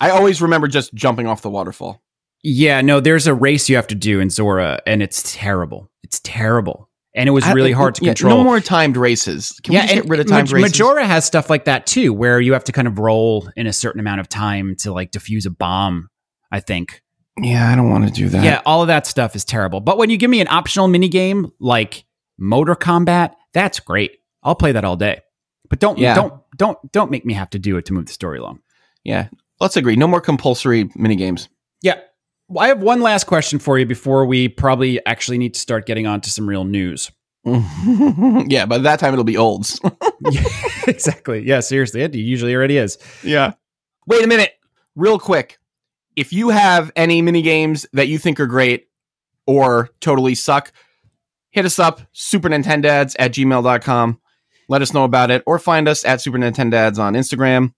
S3: I always remember just jumping off the waterfall.
S2: Yeah, no, there's a race you have to do in Zora, and it's terrible. It's terrible, and it was
S3: I-
S2: really
S3: I-
S2: hard to
S3: yeah,
S2: control.
S3: No more timed races. Can we just get
S2: and
S3: rid of timed
S2: Maj-
S3: races?
S2: Majora has stuff like that too, where you have to kind of roll in a certain amount of time to like defuse a bomb. I think.
S3: yeah, I don't want to do that.
S2: yeah, all of that stuff is terrible. But when you give me an optional mini game like Motor Combat, that's great. I'll play that all day. But don't
S3: Yeah.
S2: don't don't don't make me have to do it to move the story along.
S3: yeah. Let's agree. No more compulsory mini games.
S2: Yeah. Well, I have one last question for you before we probably actually need to start getting on to some real news.
S3: yeah, by that time it'll be olds.
S2: exactly. Yeah, seriously. It usually already is.
S3: yeah. Wait a minute, real quick. If you have any mini games that you think are great or totally suck, hit us up, supernintendads at gmail.com. Let us know about it or find us at Super Nintendads on Instagram,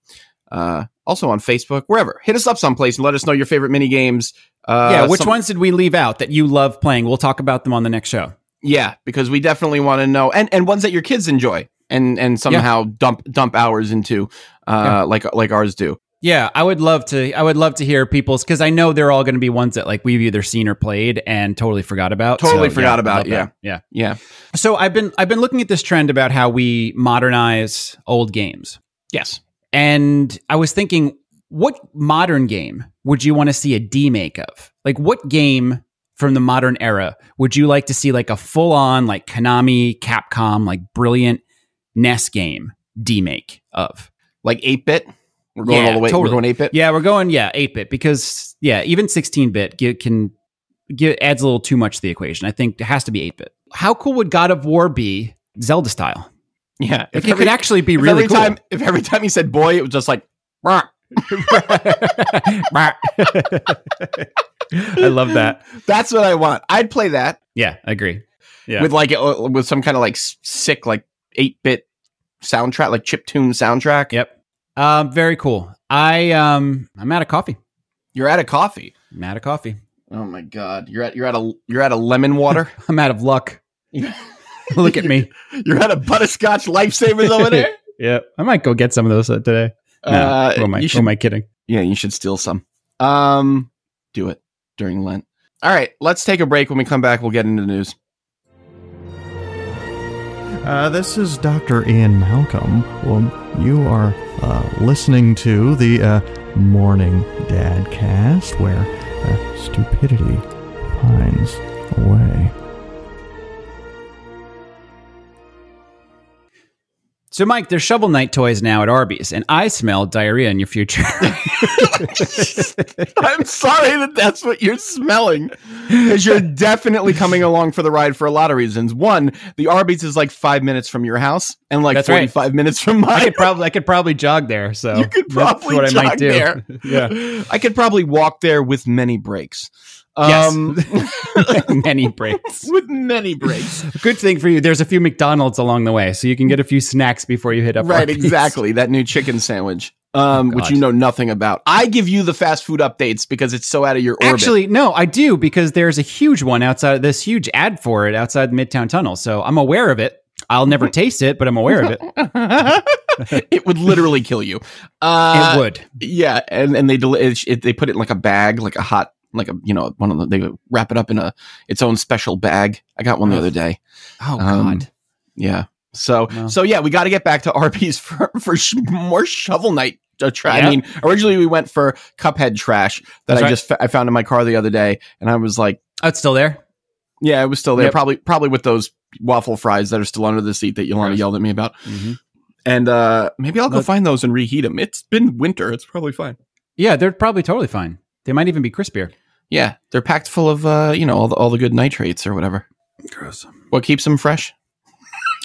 S3: uh, also on Facebook, wherever. Hit us up someplace and let us know your favorite mini games. Uh,
S2: yeah, which
S3: some-
S2: ones did we leave out that you love playing? We'll talk about them on the next show.
S3: Yeah, because we definitely want to know and, and ones that your kids enjoy and and somehow dump dump hours into uh,
S2: Yeah.
S3: like like ours do.
S2: Yeah, I would love to. I would love to hear people's because I know they're all going to be ones that like we've either seen or played and totally forgot about.
S3: Totally forgot
S2: I'd
S3: about,
S2: love that. yeah.
S3: Yeah.
S2: So I've been I've been looking at this trend about how we modernize old games,
S3: Yes.
S2: and I was thinking, what modern game would you want to see a demake of? Like, what game from the modern era would you like to see like a full on like Konami, Capcom, like brilliant NES game demake of?
S3: like 8 bit. We're going
S2: Yeah,
S3: all the way.
S2: totally.
S3: We're going 8 bit.
S2: Yeah, we're going yeah eight bit because yeah even sixteen bit can get, adds a little too much to the equation. I think it has to be eight bit. How cool would God of War be Zelda style?
S3: Yeah.
S2: Like, it could actually be
S3: if
S2: really
S3: every
S2: cool.
S3: time if every time he said boy, it was just like "Rah."
S2: I love that.
S3: that's what I want. I'd play that
S2: Yeah, I agree. Yeah.
S3: with like uh, with some kind of like s- sick like 8 bit soundtrack, like chip tune soundtrack.
S2: Yep. Um, very cool. I um, I'm out of coffee.
S3: You're out of coffee.
S2: I'm out of coffee.
S3: Oh my god. You're at you're at a you're at a lemon water.
S2: I'm out of luck. Look at me.
S3: you're at a butterscotch lifesavers over there.
S2: Yeah, I might go get some of those today. No,
S3: Uh,
S2: who am I,
S3: you
S2: who
S3: should
S2: am I kidding?
S3: Yeah, you should steal some. Um, do it during Lent. All right, let's take a break. When we come back, we'll get into the news.
S7: Uh, this is Dr. Ian Malcolm. Well, you are
S8: uh, listening to the uh, Morning Dadcast, where uh, stupidity finds a way.
S2: So, Mike, there's shovel knight toys now at Arby's, and I smell diarrhea in your future.
S3: I'm sorry that that's what you're smelling. Because you're definitely coming along for the ride for a lot of reasons. One, the Arby's is like five minutes from your house and like
S2: That's right.
S3: 45 minutes from
S2: I
S3: mine.
S2: could probably, I could probably jog there. So
S3: You could probably
S2: that's what I might
S3: jog
S2: do.
S3: there.
S2: yeah,
S3: I could probably walk there with many breaks.
S2: Yes.
S3: Um,
S2: many breaks.
S3: with many breaks.
S2: Good thing for you. There's a few McDonald's along the way, so you can get a few snacks before you hit up.
S3: right,
S2: Arby's.
S3: exactly. That new chicken sandwich, um, which
S2: Oh, God.
S3: you know nothing about. I give you the fast food updates because it's so out of your orbit.
S2: Actually, no, I do because there's a huge one outside. This huge ad for it outside the Midtown Tunnel, so I'm aware of it. I'll never taste it, but I'm aware of it.
S3: Uh, it would literally kill you. Uh,
S2: It would.
S3: Yeah, and and they deli- it, it, they put it in like a bag, like a hot, like a you know one of the they wrap it up in a its own special bag. I got one the other day.
S2: Oh
S3: um,
S2: God.
S3: Yeah. So
S2: No.
S3: so yeah, we got to get back to RPs for for sh- more shovel night uh, trash.
S2: Yeah.
S3: I mean, originally we went for Cuphead trash that
S2: That's
S3: I
S2: right.
S3: just f- I found in my car the other day, and I was like,
S2: Oh, it's still there.
S3: yeah, it was still there,
S2: Yep.
S3: probably probably with those waffle fries that are still under the seat that Yolanda
S2: Gross.
S3: yelled at me about. And uh maybe I'll go
S2: Look-
S3: find those and reheat them. It's been winter; it's probably fine.
S2: Yeah, they're probably totally fine. They might even be crispier.
S3: Yeah, they're packed full of uh, you know all the all the good nitrates or whatever.
S2: Gross.
S3: What keeps them fresh?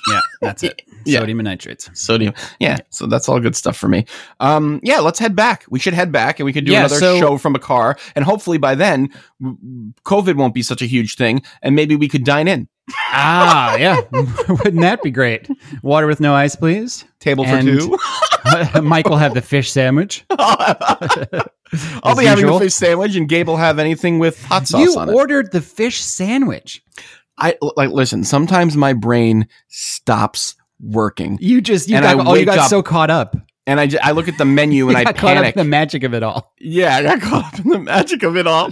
S2: Yeah, that's it.
S3: Yeah.
S2: Sodium and nitrates.
S3: Sodium. Yeah, so that's all good stuff for me. Um, yeah, let's head back. We should head back, and we could do
S2: Yeah,
S3: another
S2: so-
S3: show from a car, and hopefully by then, w- w- COVID won't be such a huge thing, and maybe we could dine in.
S2: Ah, yeah. Wouldn't that be great? Water with no ice, please.
S3: Table
S2: And-
S3: for two.
S2: Mike will have the fish sandwich.
S3: I'll
S2: As
S3: be having a
S2: usual.
S3: fish sandwich, and Gabe will have anything with hot sauce
S2: You
S3: on it.
S2: ordered the fish sandwich.
S3: I like listen. Sometimes my brain stops working,
S2: You just you
S3: And
S2: got
S3: I
S2: oh you
S3: wake
S2: got
S3: up-
S2: so caught up.
S3: and I, j- I look at the menu
S2: You
S3: and I
S2: got caught up in
S3: panic.
S2: the magic of it all.
S3: yeah, I got caught up in the magic of it all.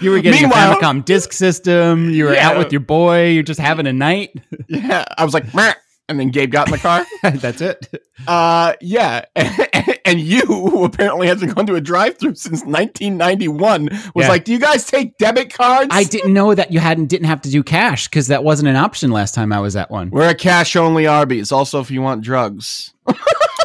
S2: You were getting
S3: Meanwhile-
S2: a Famicom disk system. You were
S3: Yeah.
S2: out with your boy. You're just having a night.
S3: Yeah, I was like, "Meh," and then Gabe got in the car.
S2: That's it.
S3: uh, yeah, and you, who apparently hasn't gone to a drive-through since 1991, was
S2: Yeah.
S3: like, "Do you guys take debit cards?
S2: I didn't know that you hadn't didn't have to do cash because that wasn't an option last time I was at one.
S3: We're a cash-only Arby's. Also, if you want drugs,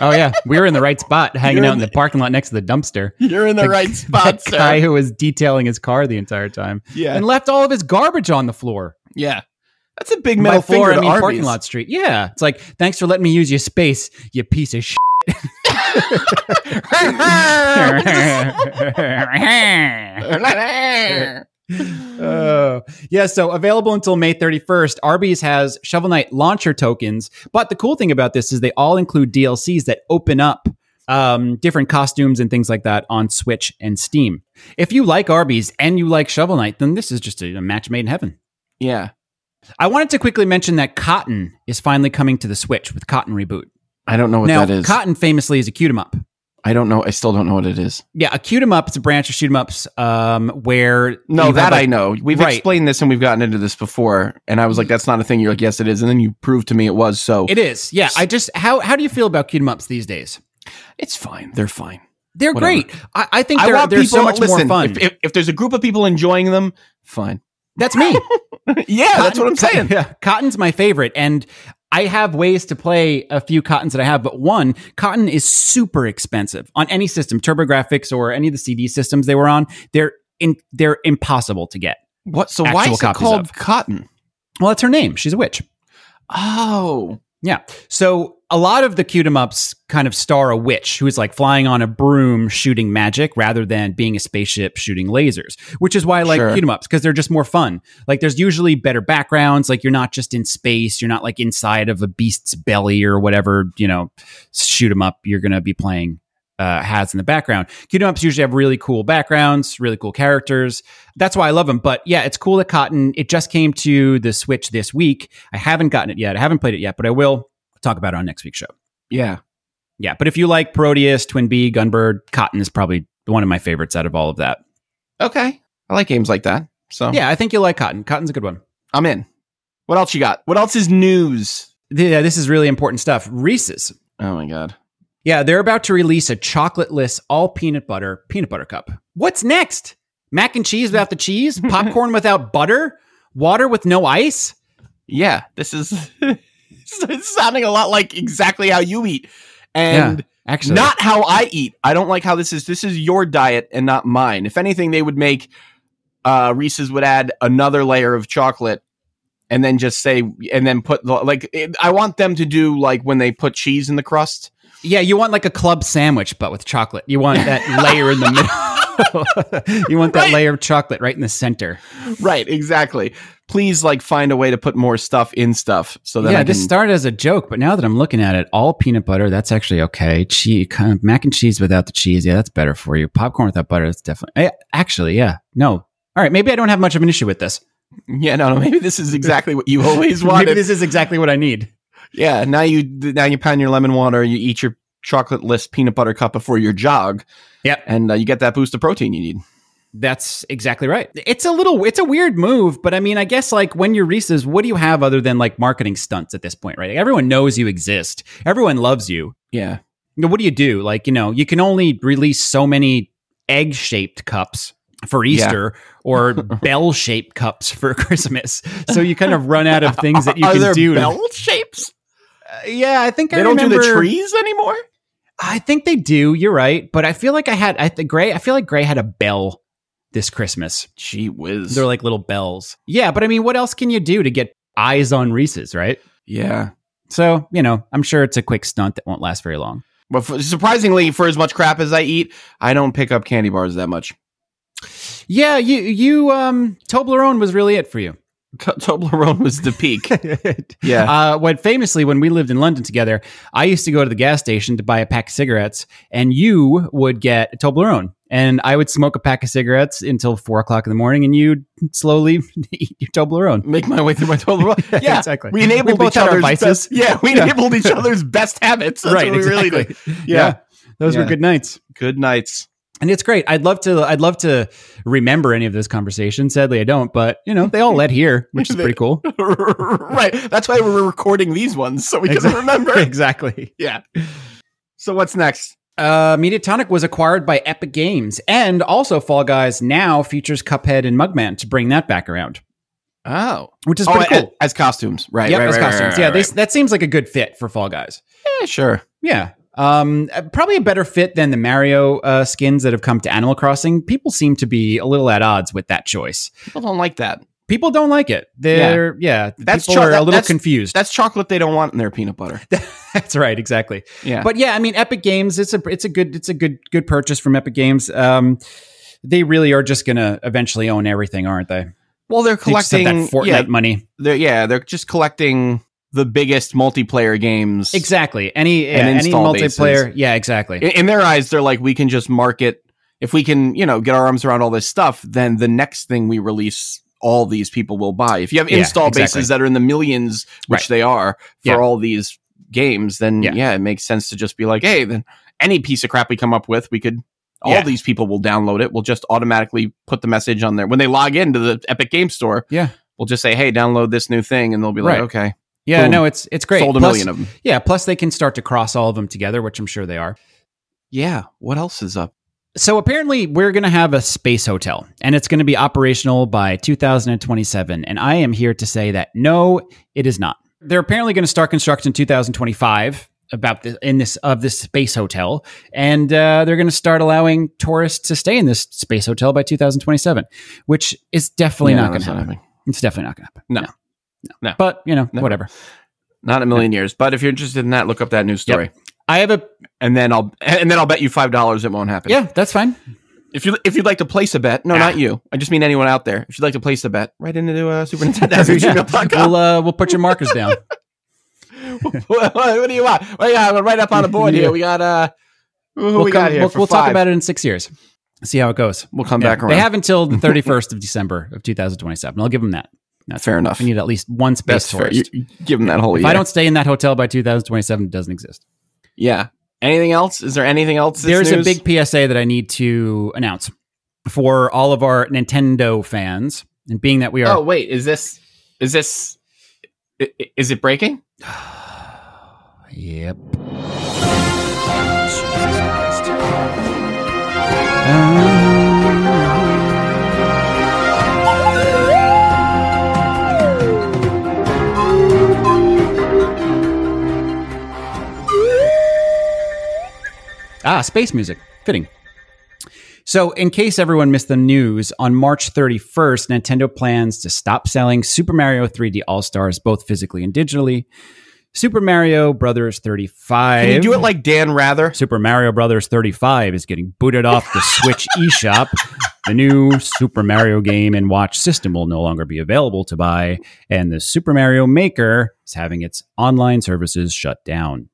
S2: Oh yeah, we were in the right spot, hanging
S3: You're
S2: out in the parking lot next to the dumpster.
S3: you're in the,
S2: The-
S3: right spot,
S2: that guy
S3: sir."
S2: who was detailing his car the entire time
S3: Yeah,
S2: and left all of his garbage on the floor.
S3: yeah, that's a big
S2: By
S3: metal
S2: floor,
S3: floor.
S2: I mean parking lot street. Yeah, it's like thanks for letting me use your space, you piece of shit. oh yeah, so available until May 31st. Arby's has Shovel Knight launcher tokens, but the cool thing about this is they all include DLCs that open up um, different costumes and things like that on Switch and Steam. If you like Arby's and you like Shovel Knight, then this is just a, a match made in heaven.
S3: yeah,
S2: I wanted to quickly mention that Cotton is finally coming to the Switch with Cotton Reboot.
S3: I don't know what
S2: now,
S3: that is.
S2: Cotton famously is a cute 'em up.
S3: I don't know. I still don't know what it is.
S2: Yeah, a cute 'em up is a branch of shoot 'em ups um, where
S3: No,
S2: you
S3: that
S2: have a-
S3: I know. We've
S2: Right.
S3: explained this and we've gotten into this before. And I was like, that's not a thing. You're like, yes, it is. And then you proved to me it was. So
S2: It is. Yeah, I just how how do you feel about cute 'em ups these days?
S3: it's fine. They're fine.
S2: They're
S3: Whatever.
S2: great. I, I think they're, they're so much more
S3: listen,
S2: fun.
S3: If, if, if there's a group of people enjoying them, fine.
S2: That's me.
S3: yeah, that's what I'm saying.
S2: Yeah. Cotton's my favorite. And I have ways to play a few cottons that I have, but one, cotton is super expensive on any system, TurboGrafx or any of the CD systems they were on. They're in, they're impossible to get.
S3: What? So why
S2: Actual
S3: is it
S2: copies
S3: called
S2: of.
S3: cotton?
S2: Well, that's her name. She's a witch.
S3: Oh,
S2: Yeah. So a lot of the cute 'em ups kind of star a witch who's like flying on a broom shooting magic rather than being a spaceship shooting lasers, which is why I like
S3: Sure.
S2: cute 'em ups because they're just more fun. Like there's usually better backgrounds. Like you're not just in space, you're not like inside of a beast's belly or whatever, you know, shoot 'em up you're going to be playing. Uh, has in the background. Cute 'em ups usually have really cool backgrounds, really cool characters. That's why I love them. But yeah, it's cool that Cotton. It just came to the Switch this week. I haven't gotten it yet. I haven't played it yet, but I will talk about it on next week's show.
S3: yeah.
S2: Yeah, but if you like Proteus, Twin Bee, Gunbird, Cotton is probably one of my favorites out of all of that.
S3: Okay. I like games like that. So
S2: Yeah, I think you'll like Cotton. Cotton's a good one.
S3: I'm in. What else you got? What else is news?
S2: Yeah, this is really important stuff. Reese's.
S3: Oh, my God.
S2: Yeah, they're about to release a chocolateless all peanut butter peanut butter cup. What's next? Mac and cheese without the cheese? Popcorn without butter? Water with no ice?
S3: Yeah, this is it's sounding a lot like exactly how you eat. And
S2: Actually,
S3: not how I eat. I don't like how this is. This is your diet and not mine. If anything, they would make uh, Reese's would add another layer of chocolate, and then just say, and then put the, like it, I want them to do like when they put cheese in the crust.
S2: Yeah, you want like a club sandwich, but with chocolate. You want that layer in the middle. you want that
S3: Right.
S2: layer of chocolate right in the center.
S3: Right, exactly. Please like find a way to put more stuff in stuff so that
S2: yeah,
S3: I can,
S2: this started as a joke, but now that I'm looking at it, all peanut butter, that's actually okay. Cheese, kind of mac and cheese without the cheese, yeah, that's better for you. Popcorn without butter, that's definitely. eh, Actually, yeah, no. All right, maybe I don't have much of an issue with this.
S3: yeah no no maybe this is exactly what you always
S2: Maybe
S3: wanted.
S2: this is exactly what I need.
S3: yeah, now you now you pound your lemon water, you eat your chocolateless peanut butter cup before your jog.
S2: Yep.
S3: and uh, you get that boost of protein you need.
S2: That's exactly right. It's a little, it's a weird move, but I mean, I guess like when you're Reese's, what do you have other than like marketing stunts at this point, right? Like, everyone knows you exist, everyone loves you.
S3: Yeah.
S2: you know, what do you do? Like, you know, you can only release so many egg shaped cups for Easter or bell shaped cups for Christmas. So you kind of run out of things that you
S3: Are
S2: can
S3: there
S2: do. to-
S3: bell shapes?
S2: Uh, yeah, I think I
S3: They don't do the
S2: remember-
S3: trees anymore.
S2: I think they do. You're right, but I feel like I had I think Gray. I feel like Gray had a bell this Christmas.
S3: Gee whiz!
S2: They're like little bells. Yeah, but I mean, what else can you do to get eyes on Reese's, right?
S3: yeah.
S2: So you know, I'm sure it's a quick stunt that won't last very long.
S3: But for, surprisingly, for as much crap as I eat, I don't pick up candy bars that much.
S2: Yeah, you you um Toblerone was really it for you.
S3: T- Toblerone was the peak. yeah.
S2: Uh, when famously, when we lived in London together, I used to go to the gas station to buy a pack of cigarettes, and you would get a Toblerone, and I would smoke a pack of cigarettes until four o'clock in the morning, and you'd slowly eat your Toblerone.
S3: Make my way through my Toblerone. Yeah,
S2: exactly.
S3: We enabled
S2: We both
S3: each
S2: had our
S3: other's
S2: vices.
S3: Best, yeah, we
S2: Yeah.
S3: enabled each other's best habits. That's
S2: right,
S3: what we
S2: exactly.
S3: really did.
S2: Yeah.
S3: Yeah.
S2: those were
S3: Yeah.
S2: good nights,
S3: Good nights.
S2: and it's great. I'd love to. I'd love to remember any of those conversations. Sadly, I don't. But you know, they all led here, which is pretty cool.
S3: right. That's why we're recording these ones so we can
S2: Exactly.
S3: remember.
S2: exactly.
S3: Yeah. So what's next?
S2: Uh, Mediatonic was acquired by Epic Games, and also Fall Guys now features Cuphead and Mugman to bring that back around,
S3: Oh,
S2: which is
S3: oh,
S2: pretty
S3: a-
S2: cool.
S3: as costumes, right?
S2: yep,
S3: right,
S2: as
S3: right, right,
S2: costumes.
S3: right,
S2: yeah,
S3: right,
S2: they, that seems like a good fit for Fall Guys.
S3: Yeah, sure.
S2: Yeah, um, uh, probably a better fit than the Mario uh, skins that have come to Animal Crossing. People seem to be a little at odds with that choice.
S3: People don't like that.
S2: People don't like it. They're yeah,
S3: That's
S2: people
S3: cho-
S2: are a
S3: that-
S2: little
S3: that's-
S2: confused.
S3: That's chocolate they don't want in their peanut butter.
S2: that's right, exactly.
S3: Yeah.
S2: But yeah, I mean, Epic Games. It's a it's a good it's a good good purchase from Epic Games. Um, they really are just gonna eventually own everything, aren't they?
S3: well, they're
S2: They just have
S3: collecting
S2: that Fortnite
S3: yeah,
S2: money.
S3: they're, yeah, they're just collecting the biggest multiplayer games.
S2: Exactly. Any yeah,
S3: And
S2: any
S3: install
S2: multiplayer. Yeah, exactly.
S3: In, in their eyes, they're like, we can just market if we can, you know, get our arms around all this stuff, then the next thing we release all these people will buy. If you have
S2: Yeah,
S3: install
S2: exactly.
S3: bases that are in the millions, which
S2: Right.
S3: they are for
S2: Yeah.
S3: all these games, then
S2: Yeah.
S3: yeah. it makes sense to just be like, hey, then any piece of crap we come up with, we could all
S2: Yeah.
S3: these people will download it. We'll just automatically put the message on there. When they log into the Epic Game Store,
S2: Yeah.
S3: We'll just say, hey, download this new thing, and they'll be like,
S2: Right.
S3: okay,
S2: yeah,
S3: boom.
S2: no, it's it's great.
S3: sold a
S2: Plus-
S3: million of them.
S2: Yeah, plus they can start to cross all of them together, which I'm sure they are.
S3: Yeah. What else is up?
S2: So apparently we're going to have a space hotel and it's going to be operational by 2027 and I am here to say that no it is not. They're apparently going to start construction in 2025 about the in this of this space hotel and uh, they're going to start allowing tourists to stay in this space hotel by 2027 which is definitely
S3: Yeah,
S2: not going
S3: that's
S2: to happen.
S3: happening.
S2: It's definitely not going to happen.
S3: No.
S2: no.
S3: No.
S2: But, you know,
S3: No.
S2: whatever.
S3: Not a million years. But if you're interested in that, look up that news
S2: Yep.
S3: story.
S2: I have a
S3: and then I'll and then I'll bet you five dollars it won't happen.
S2: Yeah, that's fine.
S3: If you if you'd like to place a bet, no,
S2: Ah.
S3: not you. I just mean anyone out there. If you'd like to place a bet, right into uh, Super Nintendo.
S2: We'll uh, we'll put your markers down.
S3: what, what do you want? Well, yeah, we're right up on the board
S2: Yeah.
S3: here. We got uh, who we
S2: come-
S3: got here?
S2: we'll,
S3: for
S2: we'll talk
S3: five?
S2: about it in six years. See how it goes.
S3: We'll come back
S2: Yeah.
S3: around.
S2: They have until the 31st of December of 2027. I'll give them that. That's
S3: Fair enough.
S2: We need at least one space
S3: That's fair. You,
S2: tourist.
S3: you give them that whole
S2: If
S3: year.
S2: I don't stay in that hotel by 2027, it doesn't exist.
S3: yeah. Anything else? Is there anything else? that's
S2: There's a
S3: news?
S2: big PSA that I need to announce for all of our Nintendo fans. And being that we are
S3: Oh wait, is this is this i- i- is it breaking?
S2: Yep. Ah, space music. Fitting. So, in case everyone missed the news, on March 31st, Nintendo plans to stop selling Super Mario 3D All Stars both physically and digitally. Super Mario Brothers 35.
S3: Can you do it like Dan Rather?
S2: Super Mario Brothers 35 is getting booted off the Switch eShop. The new Super Mario game and watch system will no longer be available to buy, and the Super Mario Maker is having its online services shut down.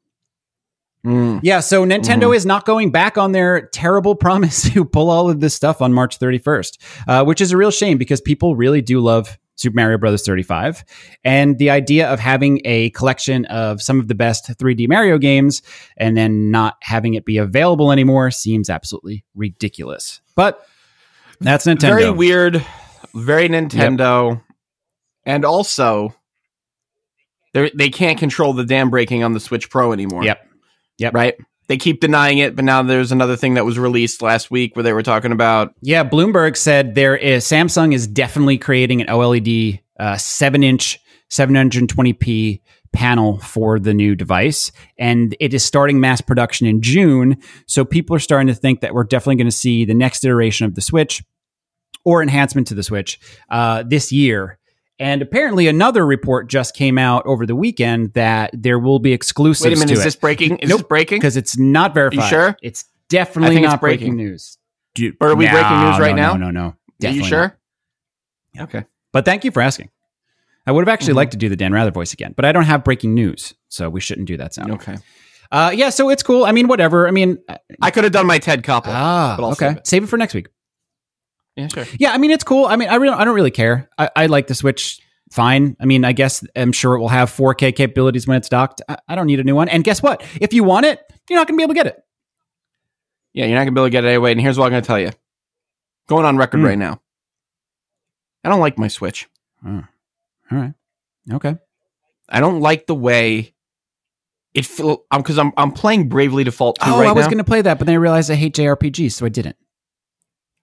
S3: Mm.
S2: Yeah, so Nintendo is not going back on their terrible promise to pull all of this stuff on March 31st, uh, which is a real shame because people really do love Super Mario Brothers 35, and the idea of having a collection of some of the best 3D Mario games and then not having it be available anymore seems absolutely ridiculous. But that's Nintendo.
S3: Very weird, very Nintendo, and also they they can't control the dam breaking on the Switch Pro anymore.
S2: Yep. Yep.
S3: Right. They keep denying it, but now there's another thing that was released last week where they were talking about
S2: Yeah, Bloomberg said there is Samsung is definitely creating an OLED uh, seven inch, seven hundred twenty p panel for the new device, and it is starting mass production in June. So people are starting to think that we're definitely going to see the next iteration of the Switch or enhancement to the Switch uh, this year. And apparently, another report just came out over the weekend that there will be exclusives.
S3: Wait a minute,
S2: to
S3: is
S2: it.
S3: this breaking? Is this breaking?
S2: because it's not verified.
S3: sure?
S2: It's definitely
S3: I think it's
S2: not breaking.
S3: breaking.
S2: news. Dude,
S3: Or are we breaking news right
S2: no,
S3: now?
S2: No, no, no.
S3: Are you
S2: Definitely not.
S3: sure? Okay.
S2: But thank you for asking. I would have
S3: Mm-hmm.
S2: actually liked to do the Dan Rather voice again, but I don't have breaking news, so we shouldn't do that sound.
S3: Okay.
S2: Uh, yeah, so it's cool. I mean, whatever. I mean, uh,
S3: I could have done my Ted couple.
S2: ah,
S3: but I'll
S2: okay.
S3: save it.
S2: Save it for next week.
S3: yeah, sure.
S2: Yeah, I mean, it's cool. I mean, I really, I don't really care. I, I like the Switch. Fine. I mean, I guess I'm sure it will have 4K capabilities when it's docked. I, I don't need a new one. And guess what? If you want it, you're not going to be able to get it.
S3: Yeah, you're not gonna be able to get it anyway. And here's what I'm gonna tell you. Going on record
S2: Hmm.
S3: right now. I don't like my Switch.
S2: All right. Okay.
S3: I don't like the way it feel I'm because I'm I'm playing Bravely Default 2
S2: Oh,
S3: right
S2: I was
S3: now.
S2: going to play that, but then I realized I hate JRPGs, so I didn't.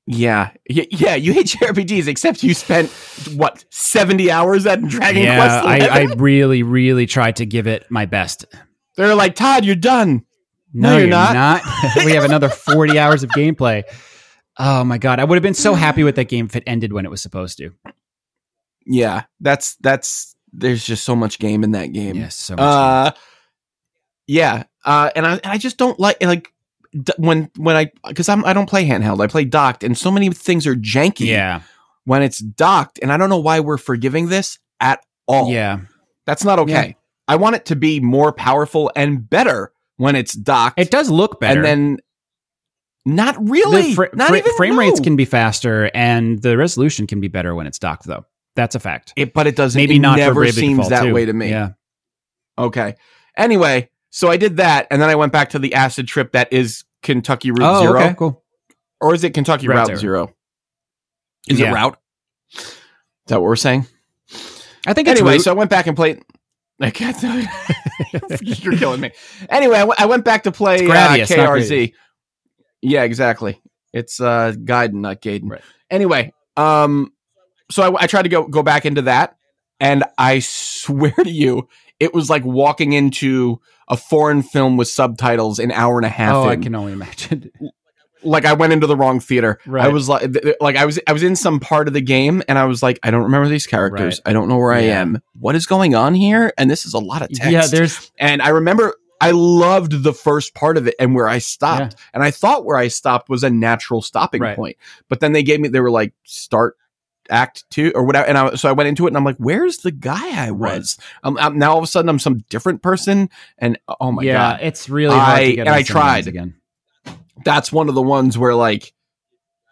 S3: yeah. yeah. Yeah, you hate JRPGs, except you spent what, 70 hours at Dragon
S2: yeah,
S3: Quest?
S2: I, I
S3: 11?
S2: really, really tried to give it my best.
S3: They're like, Todd, you're done.
S2: No,
S3: No,
S2: you're,
S3: you're
S2: not. we have another 40 hours of gameplay. Oh my god, I would have been so happy with that game if it ended when it was supposed to.
S3: Yeah, that's that's there's just so much game in that game.
S2: Yes, so much.
S3: uh yeah uh and i and i just don't like like d- when when i because i'm i don't play handheld i play docked and so many things are janky
S2: yeah,
S3: when it's docked and i don't know why we're forgiving this at all
S2: yeah.
S3: that's not okay
S2: Yeah.
S3: i want it to be more powerful and better when it's docked
S2: It does look better.
S3: and then not really
S2: the fr-
S3: not
S2: fr-
S3: even
S2: frame rates
S3: no.
S2: can be faster, and the resolution can be better when it's docked, though. That's a fact.
S3: it, but it doesn't
S2: Maybe
S3: it
S2: not for
S3: never
S2: Bravely
S3: seems
S2: Default
S3: that
S2: 2.
S3: way to me
S2: Yeah,
S3: Okay. Anyway, so I did that, and then I went back to the acid trip that is Kentucky Route
S2: Oh,
S3: Zero,
S2: okay, cool.
S3: or is it Kentucky
S2: Route
S3: Route,
S2: Zero.
S3: Zero? Is
S2: Yeah.
S3: it Route? Is that what we're saying?
S2: I think it's
S3: Anyway,
S2: Root.
S3: so I went back and played. I can't tell you. You're killing me. Anyway, I went- I went back to play
S2: It's
S3: uh,
S2: Gradius, not
S3: KRZ. Yeah, exactly. It's uh, Gaiden, not Gaiden.
S2: Right.
S3: Anyway, um, so I, I tried to go go back into that, and I swear to you, it was like walking into a foreign film with subtitles an hour and a half.
S2: oh, I
S3: in.
S2: can only imagine.
S3: Like I went into the wrong theater.
S2: Right.
S3: I was like, th- th- like I was I was in some part of the game, and I was like, I don't remember these characters. I don't know where I
S2: Yeah.
S3: am. What is going on here? And this is a lot of text.
S2: Yeah, there's
S3: And I remember I loved the first part of it and where I stopped. And I thought where I stopped was a natural stopping
S2: Right.
S3: point. But then they gave me, they were like, start act two or whatever. And I, so I went into it and I'm like, where's the guy I was? Um, I'm, now all of a sudden I'm some different person. And oh my
S2: yeah,
S3: God,
S2: it's really hard to
S3: I-
S2: get
S3: and
S2: on
S3: I
S2: some of these
S3: tried.
S2: again.
S3: that's one of the ones where like,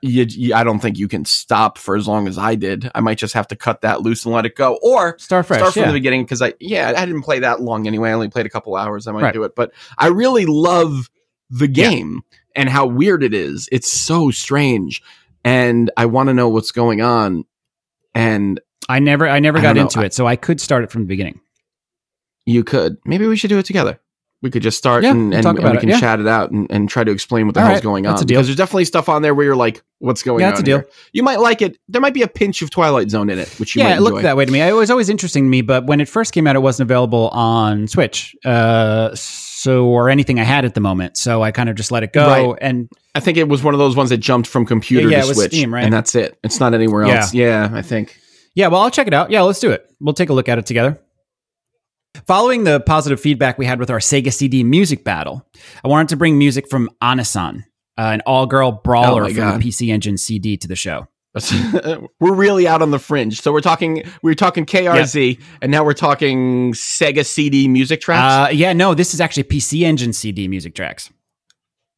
S3: you, you, I don't think you can stop for as long as I did. I might just have to cut that loose and let it go. Or
S2: Star Fresh,
S3: start from
S2: yeah.
S3: the beginning because I yeah I didn't play that long anyway. I only played a couple hours. I might
S2: Right.
S3: do it, but I really love the game and how weird it is. It's so strange, and I want to know what's going on. And
S2: I never, I never
S3: I
S2: got
S3: don't know.
S2: into it, so I could start it from the beginning.
S3: you could maybe we should do it together. we could just start
S2: Yeah,
S3: and,
S2: we'll
S3: and,
S2: talk
S3: and
S2: about
S3: we
S2: it,
S3: can
S2: yeah.
S3: chat it out and, and try to explain what the
S2: All
S3: hell's
S2: right,
S3: going on.
S2: that's a deal.
S3: Because there's definitely stuff on there where you're like, what's going
S2: Yeah,
S3: on?
S2: that's a deal.
S3: here? You might like it. There might be a pinch of Twilight Zone in it, which you might
S2: yeah, it looked
S3: enjoy.
S2: that way to me. It was always interesting to me, but when it first came out, it wasn't available on Switch, uh, so or anything I had at the moment. So I kind of just let it go.
S3: Right.
S2: And
S3: I think it was one of those ones that jumped from computer
S2: Yeah, yeah,
S3: to
S2: it was
S3: Switch,
S2: Steam, right?
S3: and that's it. It's not anywhere
S2: Yeah.
S3: else. Yeah, I think.
S2: yeah, well, I'll check it out. Yeah, let's do it. We'll take a look at it together. Following the positive feedback we had with our Sega CD music battle, I wanted to bring music from Anasan, uh, an all-girl brawler
S3: Oh my
S2: from
S3: God.
S2: the PC Engine CD, to the show.
S3: we're really out on the fringe. So we're talking, we were talking KRZ, and now we're talking Sega CD music
S2: Uh,
S3: tracks.
S2: yeah, no, this is actually PC Engine CD music tracks.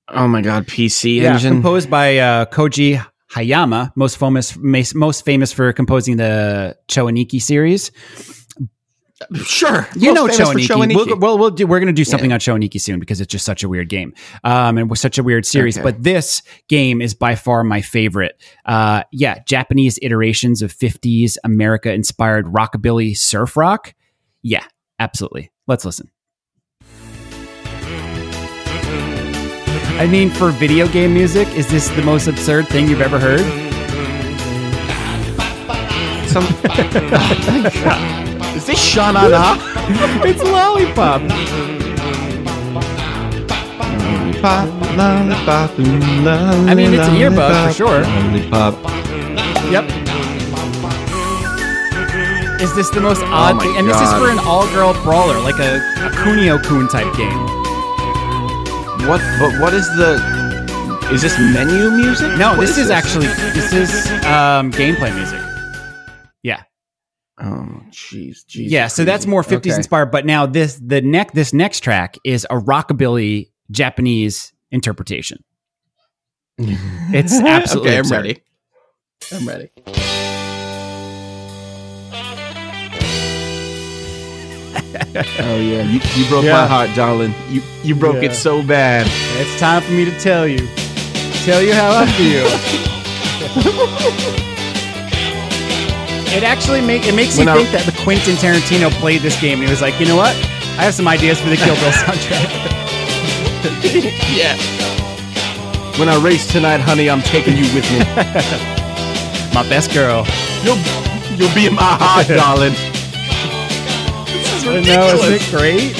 S3: oh my God, PC
S2: Yeah,
S3: engine.
S2: composed by uh, Koji Hayama, most famous mas- most famous for composing the Choaniki series.
S3: Sure,
S2: You
S3: Most
S2: know
S3: famous for
S2: Choaniki. We'll,
S3: Shoeniki.
S2: well, we'll do, we're going to do something on Choaniki soon because it's just such a weird game um, and was such a weird series.
S3: Okay.
S2: But this game is by far my favorite. Uh, yeah, Japanese iterations of '50s America inspired rockabilly surf rock. Yeah, absolutely. Let's listen. I mean, for video game music, is this the most absurd thing you've ever heard?
S3: Some- Oh my God. Is this Sean Anna?
S2: It's lollipop.
S3: I
S2: mean, it's an earbud for sure. Yep. Is this the most odd
S3: Oh my
S2: thing? And this is
S3: God.
S2: for an all-girl brawler, like a, a Kunio Kun type game.
S3: What? But what is the? Is this menu music?
S2: No,
S3: What
S2: this is, actually this is um, gameplay music. Yeah,
S3: Oh, jeez, jeez.
S2: yeah. So that's more '50s
S3: Okay.
S2: inspired. But now this the neck this next track is a rockabilly Japanese interpretation. It's absolutely
S3: okay, I'm
S2: absurd.
S3: ready. I'm ready. oh yeah, you, you broke
S2: Yeah.
S3: my heart, darling. You you broke
S2: Yeah.
S3: it so bad.
S2: It's time for me to tell you, tell you how I feel. it actually make it makes
S3: When
S2: you
S3: I-
S2: think that the Quentin Tarantino played this game and he was like, you know what? I have some ideas for the Kill Bill soundtrack.
S3: When I race tonight, honey, I'm taking you with me.
S2: My best girl.
S3: you'll you'll be in my heart, darling.
S2: This is ridiculous. No, isn't it great?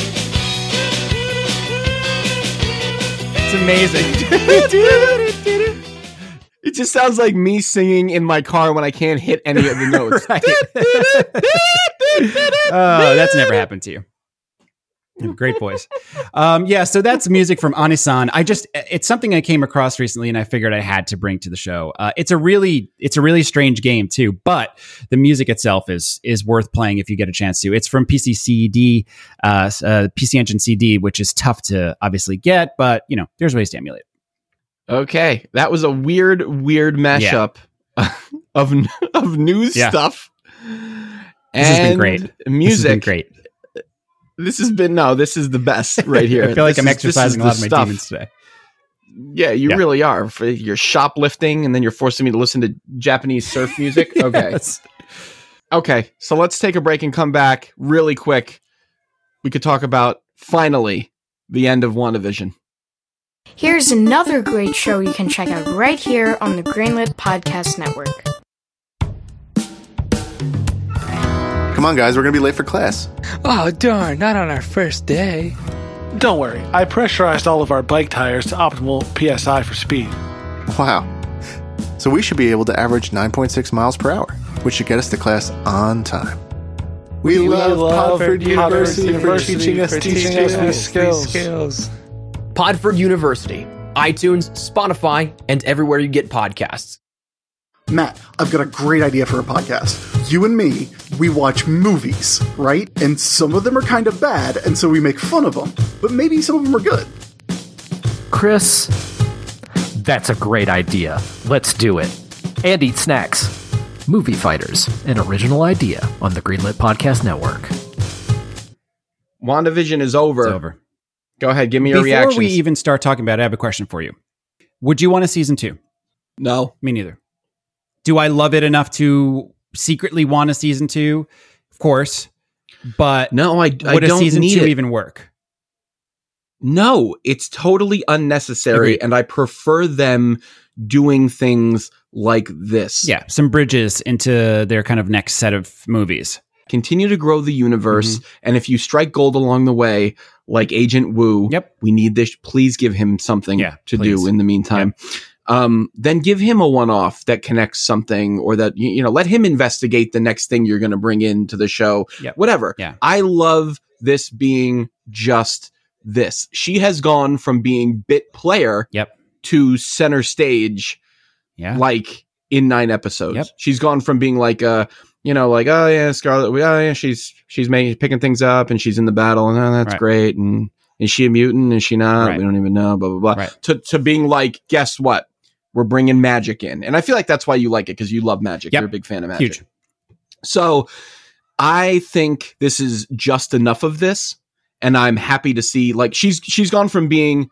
S2: It's amazing.
S3: It just sounds like me singing in my car when I can't hit any of the notes.
S2: Right. oh, that's never happened to you. You have a Great voice. Um, yeah, so that's music from Anisan. I just it's something I came across recently, and I figured I had to bring to the show. Uh, it's a really it's a really strange game too, but the music itself is is worth playing if you get a chance to. It's from PC CD, uh, s- uh, PC Engine CD, which is tough to obviously get, but you know there's ways to emulate.
S3: Okay, that was a weird, weird mashup of of news
S2: Yeah.
S3: stuff.
S2: This has been great. This
S3: Music.
S2: This has been great.
S3: This has been no. This is the best right here.
S2: I feel like
S3: This
S2: I'm
S3: is- this is
S2: exercising a
S3: the
S2: lot of my
S3: stuff.
S2: demons today.
S3: Yeah, you
S2: Yeah.
S3: really are. For- You're shoplifting, and then you're forcing me to listen to Japanese surf music. Okay,
S2: Yes.
S3: okay. So let's take a break and come back really quick. We could talk about finally the end of WandaVision.
S9: Here's another great show you can check out right here on the Greenlit Podcast Network.
S7: Come on, guys, we're gonna be late for class.
S10: Oh, darn, not on our first day.
S11: Don't worry, I pressurized all of our bike tires to optimal PSI for speed.
S7: Wow. So we should be able to average 9.6 miles per hour, which should get us to class on time. We, love, Podford University, for teaching us, teaching us these skills.
S12: Podford University, iTunes, Spotify, and everywhere you get podcasts.
S13: Matt, I've got a great idea for a podcast. You and me, we watch movies, right? And some of them are kind of bad, and so we make fun of them. But maybe some of them are good.
S14: Chris, that's a great idea. Let's do it. And eat snacks. Movie Fighters, an original idea on the Greenlit Podcast Network.
S3: WandaVision is over.
S2: It's over.
S3: Go ahead, give me your
S2: Before
S3: reaction.
S2: we even start talking about it, I have a question for you. Would you want a season two?
S3: no.
S2: Me neither. Do I love it enough to secretly want a season two? Of course. But
S3: No, I, I
S2: would a
S3: don't
S2: season
S3: need
S2: two
S3: it.
S2: even work?
S3: No, it's totally unnecessary,
S2: Agreed.
S3: and I prefer them doing things like this.
S2: Yeah, some bridges into their kind of next set of movies.
S3: Continue to grow the universe,
S2: Mm-hmm.
S3: and if you strike gold along the way, like Agent Wu,
S2: yep,
S3: we need this. Please give him something
S2: Yeah,
S3: to
S2: please.
S3: do in the meantime. Um, then give him a one-off that connects something, or that you, you know, let him investigate the next thing you're going to bring into the show.
S2: Yep.
S3: Whatever.
S2: Yeah.
S3: I love this being just this. She has gone from being bit player
S2: Yep.
S3: to center stage
S2: Yeah.
S3: like in nine episodes.
S2: Yep.
S3: She's gone from being like uh you know, like oh yeah, Scarlet, oh yeah, she's she's making picking things up and she's in the battle and oh, that's
S2: Right.
S3: great and is she a mutant? Is she not?
S2: Right.
S3: We don't even know. Blah blah blah.
S2: Right.
S3: To to being like, guess what? We're bringing magic in, and I feel like that's why you like it because you love magic.
S2: Yep.
S3: You're a big fan of magic.
S2: Huge.
S3: So I think this is just enough of this, and I'm happy to see like she's she's gone from being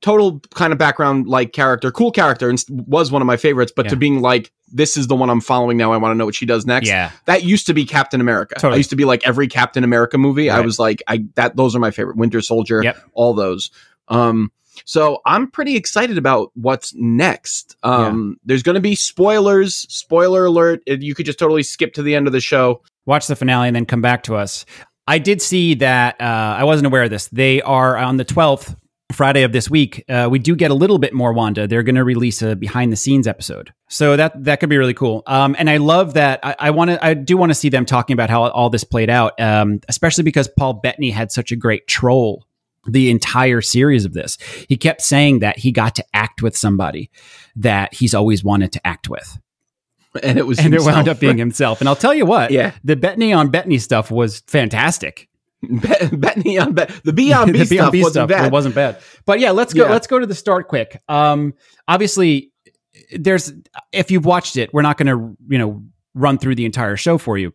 S3: total kind of background like character, cool character, and s- was one of my favorites, but
S2: Yeah.
S3: to being like this is the one I'm following now. I want to know what she does next.
S2: Yeah.
S3: That used to be Captain America.
S2: Totally.
S3: I used to be like every Captain America movie. I
S2: Right.
S3: was like, I that those are my favorite. Winter Soldier,
S2: Yep.
S3: all those. Um, so I'm pretty excited about what's next. Um, there's going to be spoilers. Spoiler alert! It- You could just totally skip to the end of the show.
S2: watch the finale and then come back to us. I did see that. Uh, I wasn't aware of this. They are on the twelfth Friday of this week. Uh, we do get a little bit more Wanda. They're going to release a behind the scenes episode, so that that could be really cool. Um, and I love that. I, I want to. I do want to see them talking about how all this played out, um, especially because Paul Bettany had such a great troll the entire series of this. He kept saying that he got to act with somebody that he's always wanted to act with
S3: And it was
S2: and it
S3: himself.
S2: wound up being himself. And I'll tell you what,
S3: Yeah.
S2: the Bettany on Bettany stuff was fantastic.
S3: Be- Bethany on Be- the B on B
S2: The
S3: stuff
S2: B&B
S3: wasn't bad.
S2: it wasn't bad. But yeah, let's go.
S3: Yeah.
S2: Let's go to the start quick. Um, obviously, there's if you've watched it, we're not going to you know run through the entire show for you.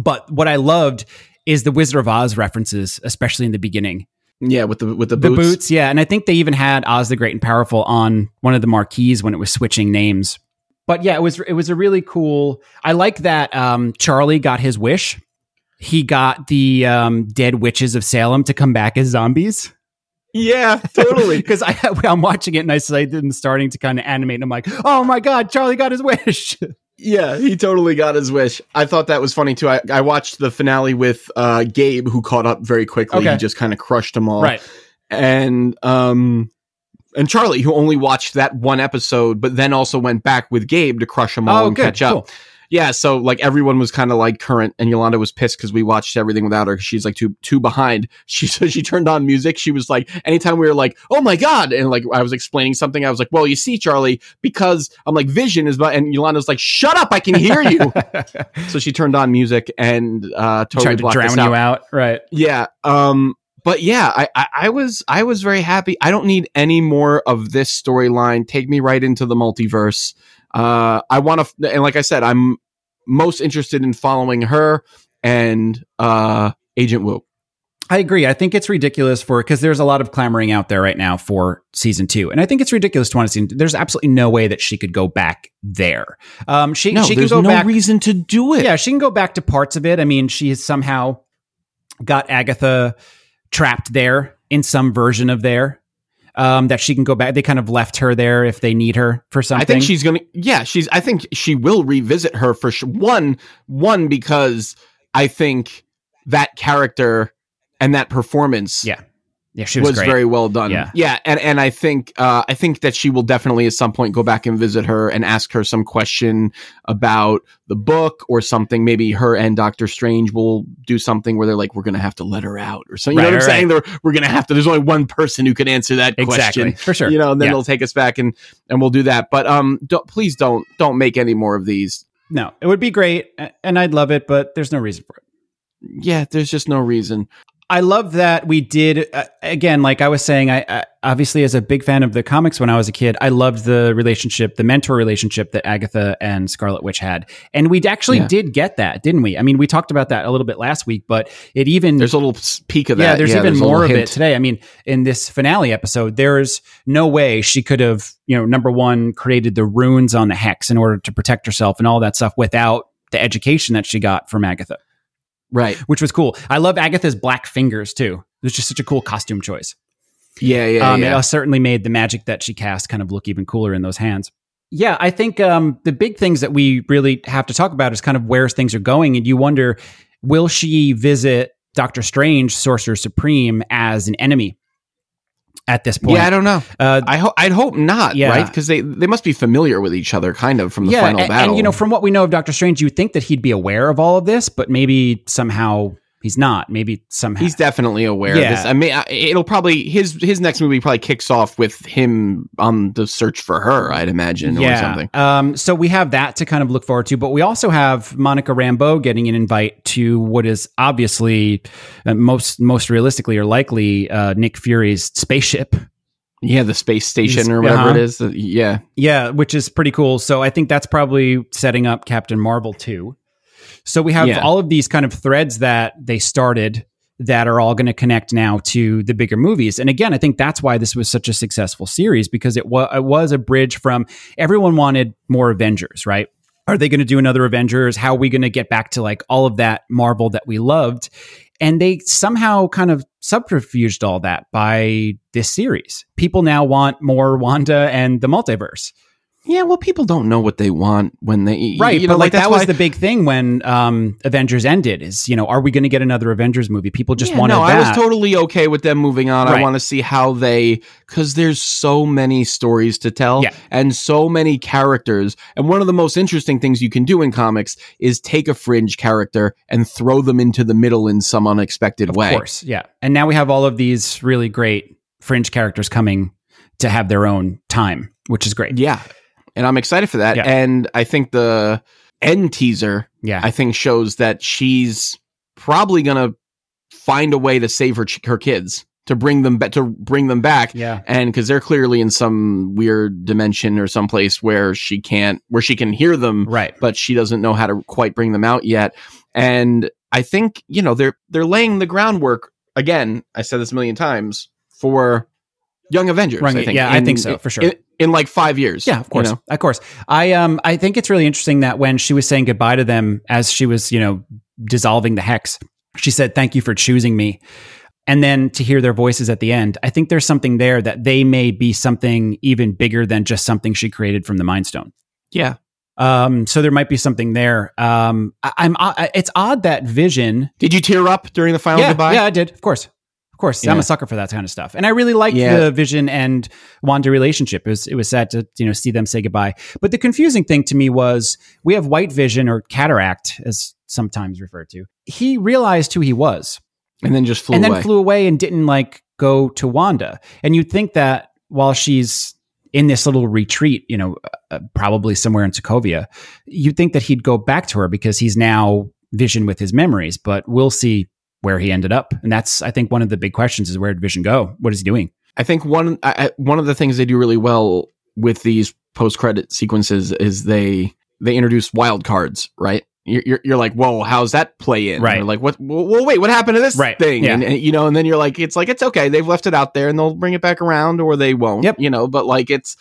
S2: But what I loved is the Wizard of Oz references, especially in the beginning.
S3: yeah, with the with the
S2: The
S3: boots.
S2: boots. yeah, and I think they even had Oz the Great and Powerful on one of the marquees when it was switching names. But yeah, it was it was a really cool. I like that um, Charlie got his wish. He got the um, dead witches of Salem to come back as zombies
S3: Yeah, totally.
S2: because I I'm watching it and I see them starting to kind of animate and I'm like, oh my god, Charlie got his wish.
S3: yeah, he totally got his wish. I thought that was funny too. I, I watched the finale with uh, Gabe, who caught up very quickly.
S2: Okay.
S3: He just kind of crushed them all.
S2: right.
S3: and um and Charlie, who only watched that one episode, but then also went back with Gabe to crush them all
S2: Oh,
S3: and
S2: good.
S3: catch up.
S2: Cool.
S3: Yeah, so like everyone was kind of like current, and Yolanda was pissed because we watched everything without her. 'cause She's like too too behind. She so she turned on music. She was like, anytime we were like, oh my god, and like I was explaining something, I was like, well, you see, Charlie, because I'm like, Vision is, but and Yolanda's like, shut up, I can hear you. so she turned on music and uh, totally
S2: Tried to
S3: blocked
S2: drown
S3: us
S2: you
S3: out.
S2: out. Right.
S3: Yeah. Um. But yeah, I, I I was I was very happy. I don't need any more of this storyline. Take me right into the multiverse. Uh, I want to, and like I said, I'm most interested in following her and uh Agent Wu.
S2: I agree. I think it's ridiculous for because there's a lot of clamoring out there right now for season two, and I think it's ridiculous to want to see. There's absolutely no way that she could go back there. Um, she
S3: No,
S2: she can
S3: there's
S2: go
S3: no
S2: back.
S3: reason to do it.
S2: Yeah, she can go back to parts of it. I mean, she has somehow got Agatha trapped there in some version of there um, that she can go back. They kind of left her there if they need her for something.
S3: I think she's gonna. Yeah, she's. I think she will revisit her for sure. One, one because I think that character and that performance.
S2: Yeah. yeah, she was, great.
S3: very well done.
S2: Yeah.
S3: and and I think uh, I think that she will definitely at some point go back and visit her and ask her some question about the book or something. Maybe her and Doctor Strange will do something where they're like, "We're gonna have to let her out," or something. You
S2: Right,
S3: know what I'm
S2: right,
S3: saying? They're, we're gonna have to. There's only one person who can answer that
S2: exactly
S3: question.
S2: for sure.
S3: You know, and then
S2: Yeah.
S3: they'll take us back and and we'll do that. But um, don't, please don't don't make any more of these.
S2: no, it would be great, a- and I'd love it, but there's no reason for it.
S3: Yeah, there's just no reason.
S2: I love that we did uh, again. Like I was saying, I, I obviously as a big fan of the comics when I was a kid, I loved the relationship, the mentor relationship that Agatha and Scarlet Witch had, and we actually
S3: Yeah.
S2: did get that, didn't we? I mean, we talked about that a little bit last week, but it even
S3: There's a little s- peek of that.
S2: yeah, there's even
S3: a
S2: more
S3: little
S2: of it
S3: hint.
S2: today. I mean, in this finale episode, there's no way she could have, you know, number one, created the runes on the hex in order to protect herself and all that stuff without the education that she got from Agatha,
S3: Right.
S2: which was cool. I love Agatha's black fingers too. It was just such a cool costume choice.
S3: Yeah, yeah,
S2: um,
S3: yeah.
S2: It certainly made the magic that she cast kind of look even cooler in those hands. Yeah, I think um, the big things that we really have to talk about is kind of where things are going, and you wonder, will she visit Doctor Strange, Sorcerer Supreme, as an enemy? At this point, Uh,
S3: Yeah, I don't know. I hope I'd hope not,
S2: Yeah.
S3: right? Because they they must be familiar with each other, kind of from the final
S2: a- and,
S3: battle.
S2: you know, from what we know of Doctor Strange, you would think that he'd be aware of all of this, but maybe somehow he's not. Maybe somehow
S3: he's definitely aware
S2: Yeah.
S3: of this. I mean, I- it'll probably his his next movie probably kicks off with him on the search for her. I'd imagine or something.
S2: Um, so we have that to kind of look forward to, but we also have Monica Rambeau getting an invite to what is obviously uh, most most realistically or likely uh, Nick Fury's spaceship.
S3: Yeah, the space station or whatever
S2: uh-huh.
S3: it is. that- Yeah,
S2: Yeah, which is pretty cool. So I think that's probably setting up Captain Marvel too. So we have
S3: Yeah.
S2: all of these kind of threads that they started that are all going to connect now to the bigger movies. And again, I think that's why this was such a successful series because it, wa- it was a bridge from everyone wanted more Avengers, right? Are they going to do another Avengers? How are we going to get back to like all of that Marvel that we loved? And they somehow kind of subterfuged all that by this series. People now want more Wanda and the multiverse.
S3: yeah. Well, people don't know what they want when they
S2: Right,
S3: you
S2: but
S3: know,
S2: like that
S3: that's
S2: was
S3: why-
S2: the big thing when um, Avengers ended. Is you know, are we going to get another Avengers movie? People just
S3: Yeah,
S2: wanted
S3: no,
S2: that.
S3: I was totally okay with them moving on.
S2: Right.
S3: I want to see how they because there's so many stories to tell
S2: Yeah.
S3: and so many characters. And one of the most interesting things you can do in comics is take a fringe character and throw them into the middle in some unexpected way.
S2: Of course, yeah. And now we have all of these really great fringe characters coming to have their own time, which is great.
S3: Yeah. And I'm excited for that.
S2: Yeah.
S3: And I think the end teaser,
S2: Yeah.
S3: I think shows that she's probably gonna find a way to save her ch- her kids to bring them back to bring them back.
S2: Yeah.
S3: and because they're clearly in some weird dimension or someplace where she can't where she can hear them
S2: right
S3: but she doesn't know how to quite bring them out yet and i think you know they're they're laying the groundwork again i said this a million times for young avengers
S2: Right,
S3: i think
S2: yeah, I think so, for sure.
S3: in, in like five years
S2: Yeah, of course,
S3: you know?
S2: of course. I um, I think it's really interesting that when she was saying goodbye to them, as she was, you know, dissolving the hex, she said, "Thank you for choosing me." And then to hear their voices at the end, I think there's something there that they may be something even bigger than just something she created from the Mind Stone.
S3: yeah
S2: Um, so there might be something there. Um, I, I'm. I, it's odd that Vision.
S3: did you tear up during the final
S2: yeah,
S3: goodbye
S2: yeah, I did. Of course, of course. I'm
S3: Yeah.
S2: a sucker for that kind of stuff, and I really liked
S3: Yeah.
S2: the Vision and Wanda relationship. It was it was sad to you know see them say goodbye. But the confusing thing to me was we have White Vision or Cataract, as sometimes referred to. He realized who he was
S3: and then just flew
S2: and
S3: away
S2: then flew away and didn't like go to Wanda. And you'd think that while she's in this little retreat, you know, uh, probably somewhere in Sokovia, you'd think that he'd go back to her because he's now Vision with his memories. But we'll see where he ended up, and that's I think one of the big questions is where did Vision go? What is he doing?
S3: I think one I, I- one of the things they do really well with these post credit sequences is they they introduce wild cards, right? You're, you're, you're like, whoa, how's that play in?
S2: Right.
S3: You're like, what? Well, well, wait, what happened to this
S2: Right,
S3: thing?
S2: yeah.
S3: And, and, you know, and then you're like, it's like it's okay, they've left it out there, and they'll bring it back around, or they won't.
S2: Yep.
S3: You know, but like it's.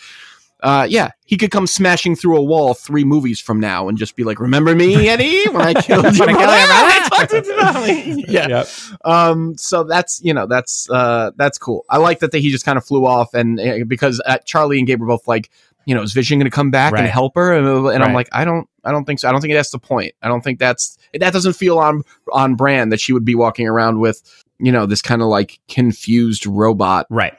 S3: Uh, yeah, he could come smashing through a wall three movies from now and just be like, "Remember me, Eddie, when I killed you?"
S2: When I killed
S3: I talked to Denali." yeah, um so that's you know that's uh that's cool i like that they, he just kind of flew off and uh, because uh, charlie and gabe were both like you know is vision going to come back
S2: Right.
S3: and help her and, blah, blah, blah. And i'm
S2: Right.
S3: like i don't i don't think so i don't think that's the point i don't think that's that doesn't feel on on brand that she would be walking around with you know this kind of like confused robot
S2: Right.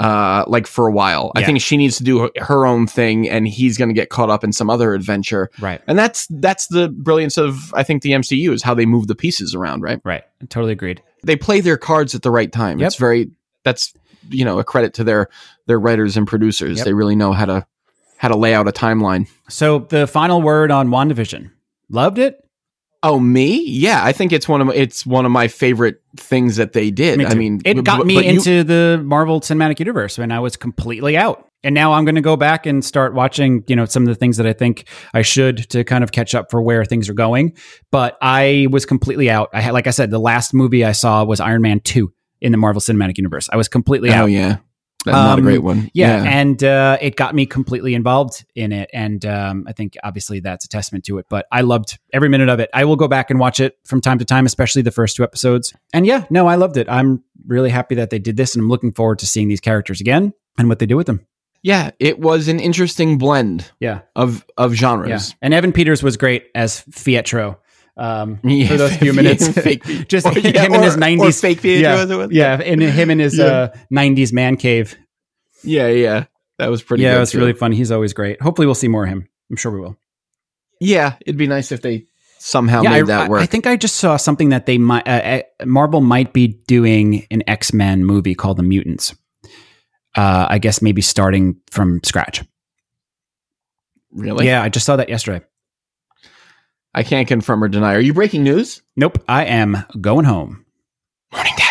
S3: uh like for a while i
S2: Yeah.
S3: think she needs to do her, her own thing and he's going to get caught up in some other adventure
S2: Right.
S3: and that's that's the brilliance of i think the mcu is how they move the pieces around right
S2: Right. Totally agreed.
S3: they play their cards at the right time.
S2: Yep.
S3: It's very that's you know a credit to their their writers and producers.
S2: Yep.
S3: They really know how to how to lay out a timeline.
S2: So the final word on WandaVision. Loved it.
S3: Oh me, yeah, I think it's one of my, it's one of my favorite things that they did.
S2: Me
S3: I
S2: too.
S3: mean,
S2: it
S3: b-
S2: got
S3: b-
S2: me
S3: but you-
S2: into the Marvel Cinematic Universe, and I was completely out. And now I'm going to go back and start watching, you know, some of the things that I think I should to kind of catch up for where things are going. But I was completely out. I had, like I said, the last movie I saw was Iron Man two in the Marvel Cinematic Universe. I was completely
S3: oh
S2: out.
S3: yeah, not a great one.
S2: Um, Yeah, and uh, it got me completely involved in it, and um, I think obviously that's a testament to it. But I loved every minute of it. I will go back and watch it from time to time, especially the first two episodes. And yeah, no, I loved it. I'm really happy that they did this, and I'm looking forward to seeing these characters again and what they do with them.
S3: Yeah, it was an interesting blend.
S2: Yeah.
S3: of of genres.
S2: Yeah, and Evan Peters was great as Fietro. Um,
S3: Yeah,
S2: for those few minutes, just
S3: Or, yeah,
S2: him in his
S3: or- or
S2: nineties
S3: fake Fietro, as it
S2: Yeah,
S3: was.
S2: yeah, and him in his
S3: Yeah.
S2: uh nineties man cave.
S3: Yeah, yeah. That was pretty
S2: Yeah,
S3: good,
S2: it's
S3: too.
S2: really fun. He's always great. Hopefully, we'll see more of him. I'm sure we will.
S3: Yeah, it'd be nice if they somehow
S2: yeah,
S3: made
S2: I,
S3: that
S2: I-
S3: work.
S2: I think I just saw something that they might uh, uh, Marvel might be doing an X Men movie called The Mutants. Uh, I guess maybe starting from scratch.
S3: really?
S2: Yeah, I just saw that yesterday.
S3: I can't confirm or deny. Are you breaking news?
S2: Nope, I am going home.
S3: Morning, Dad.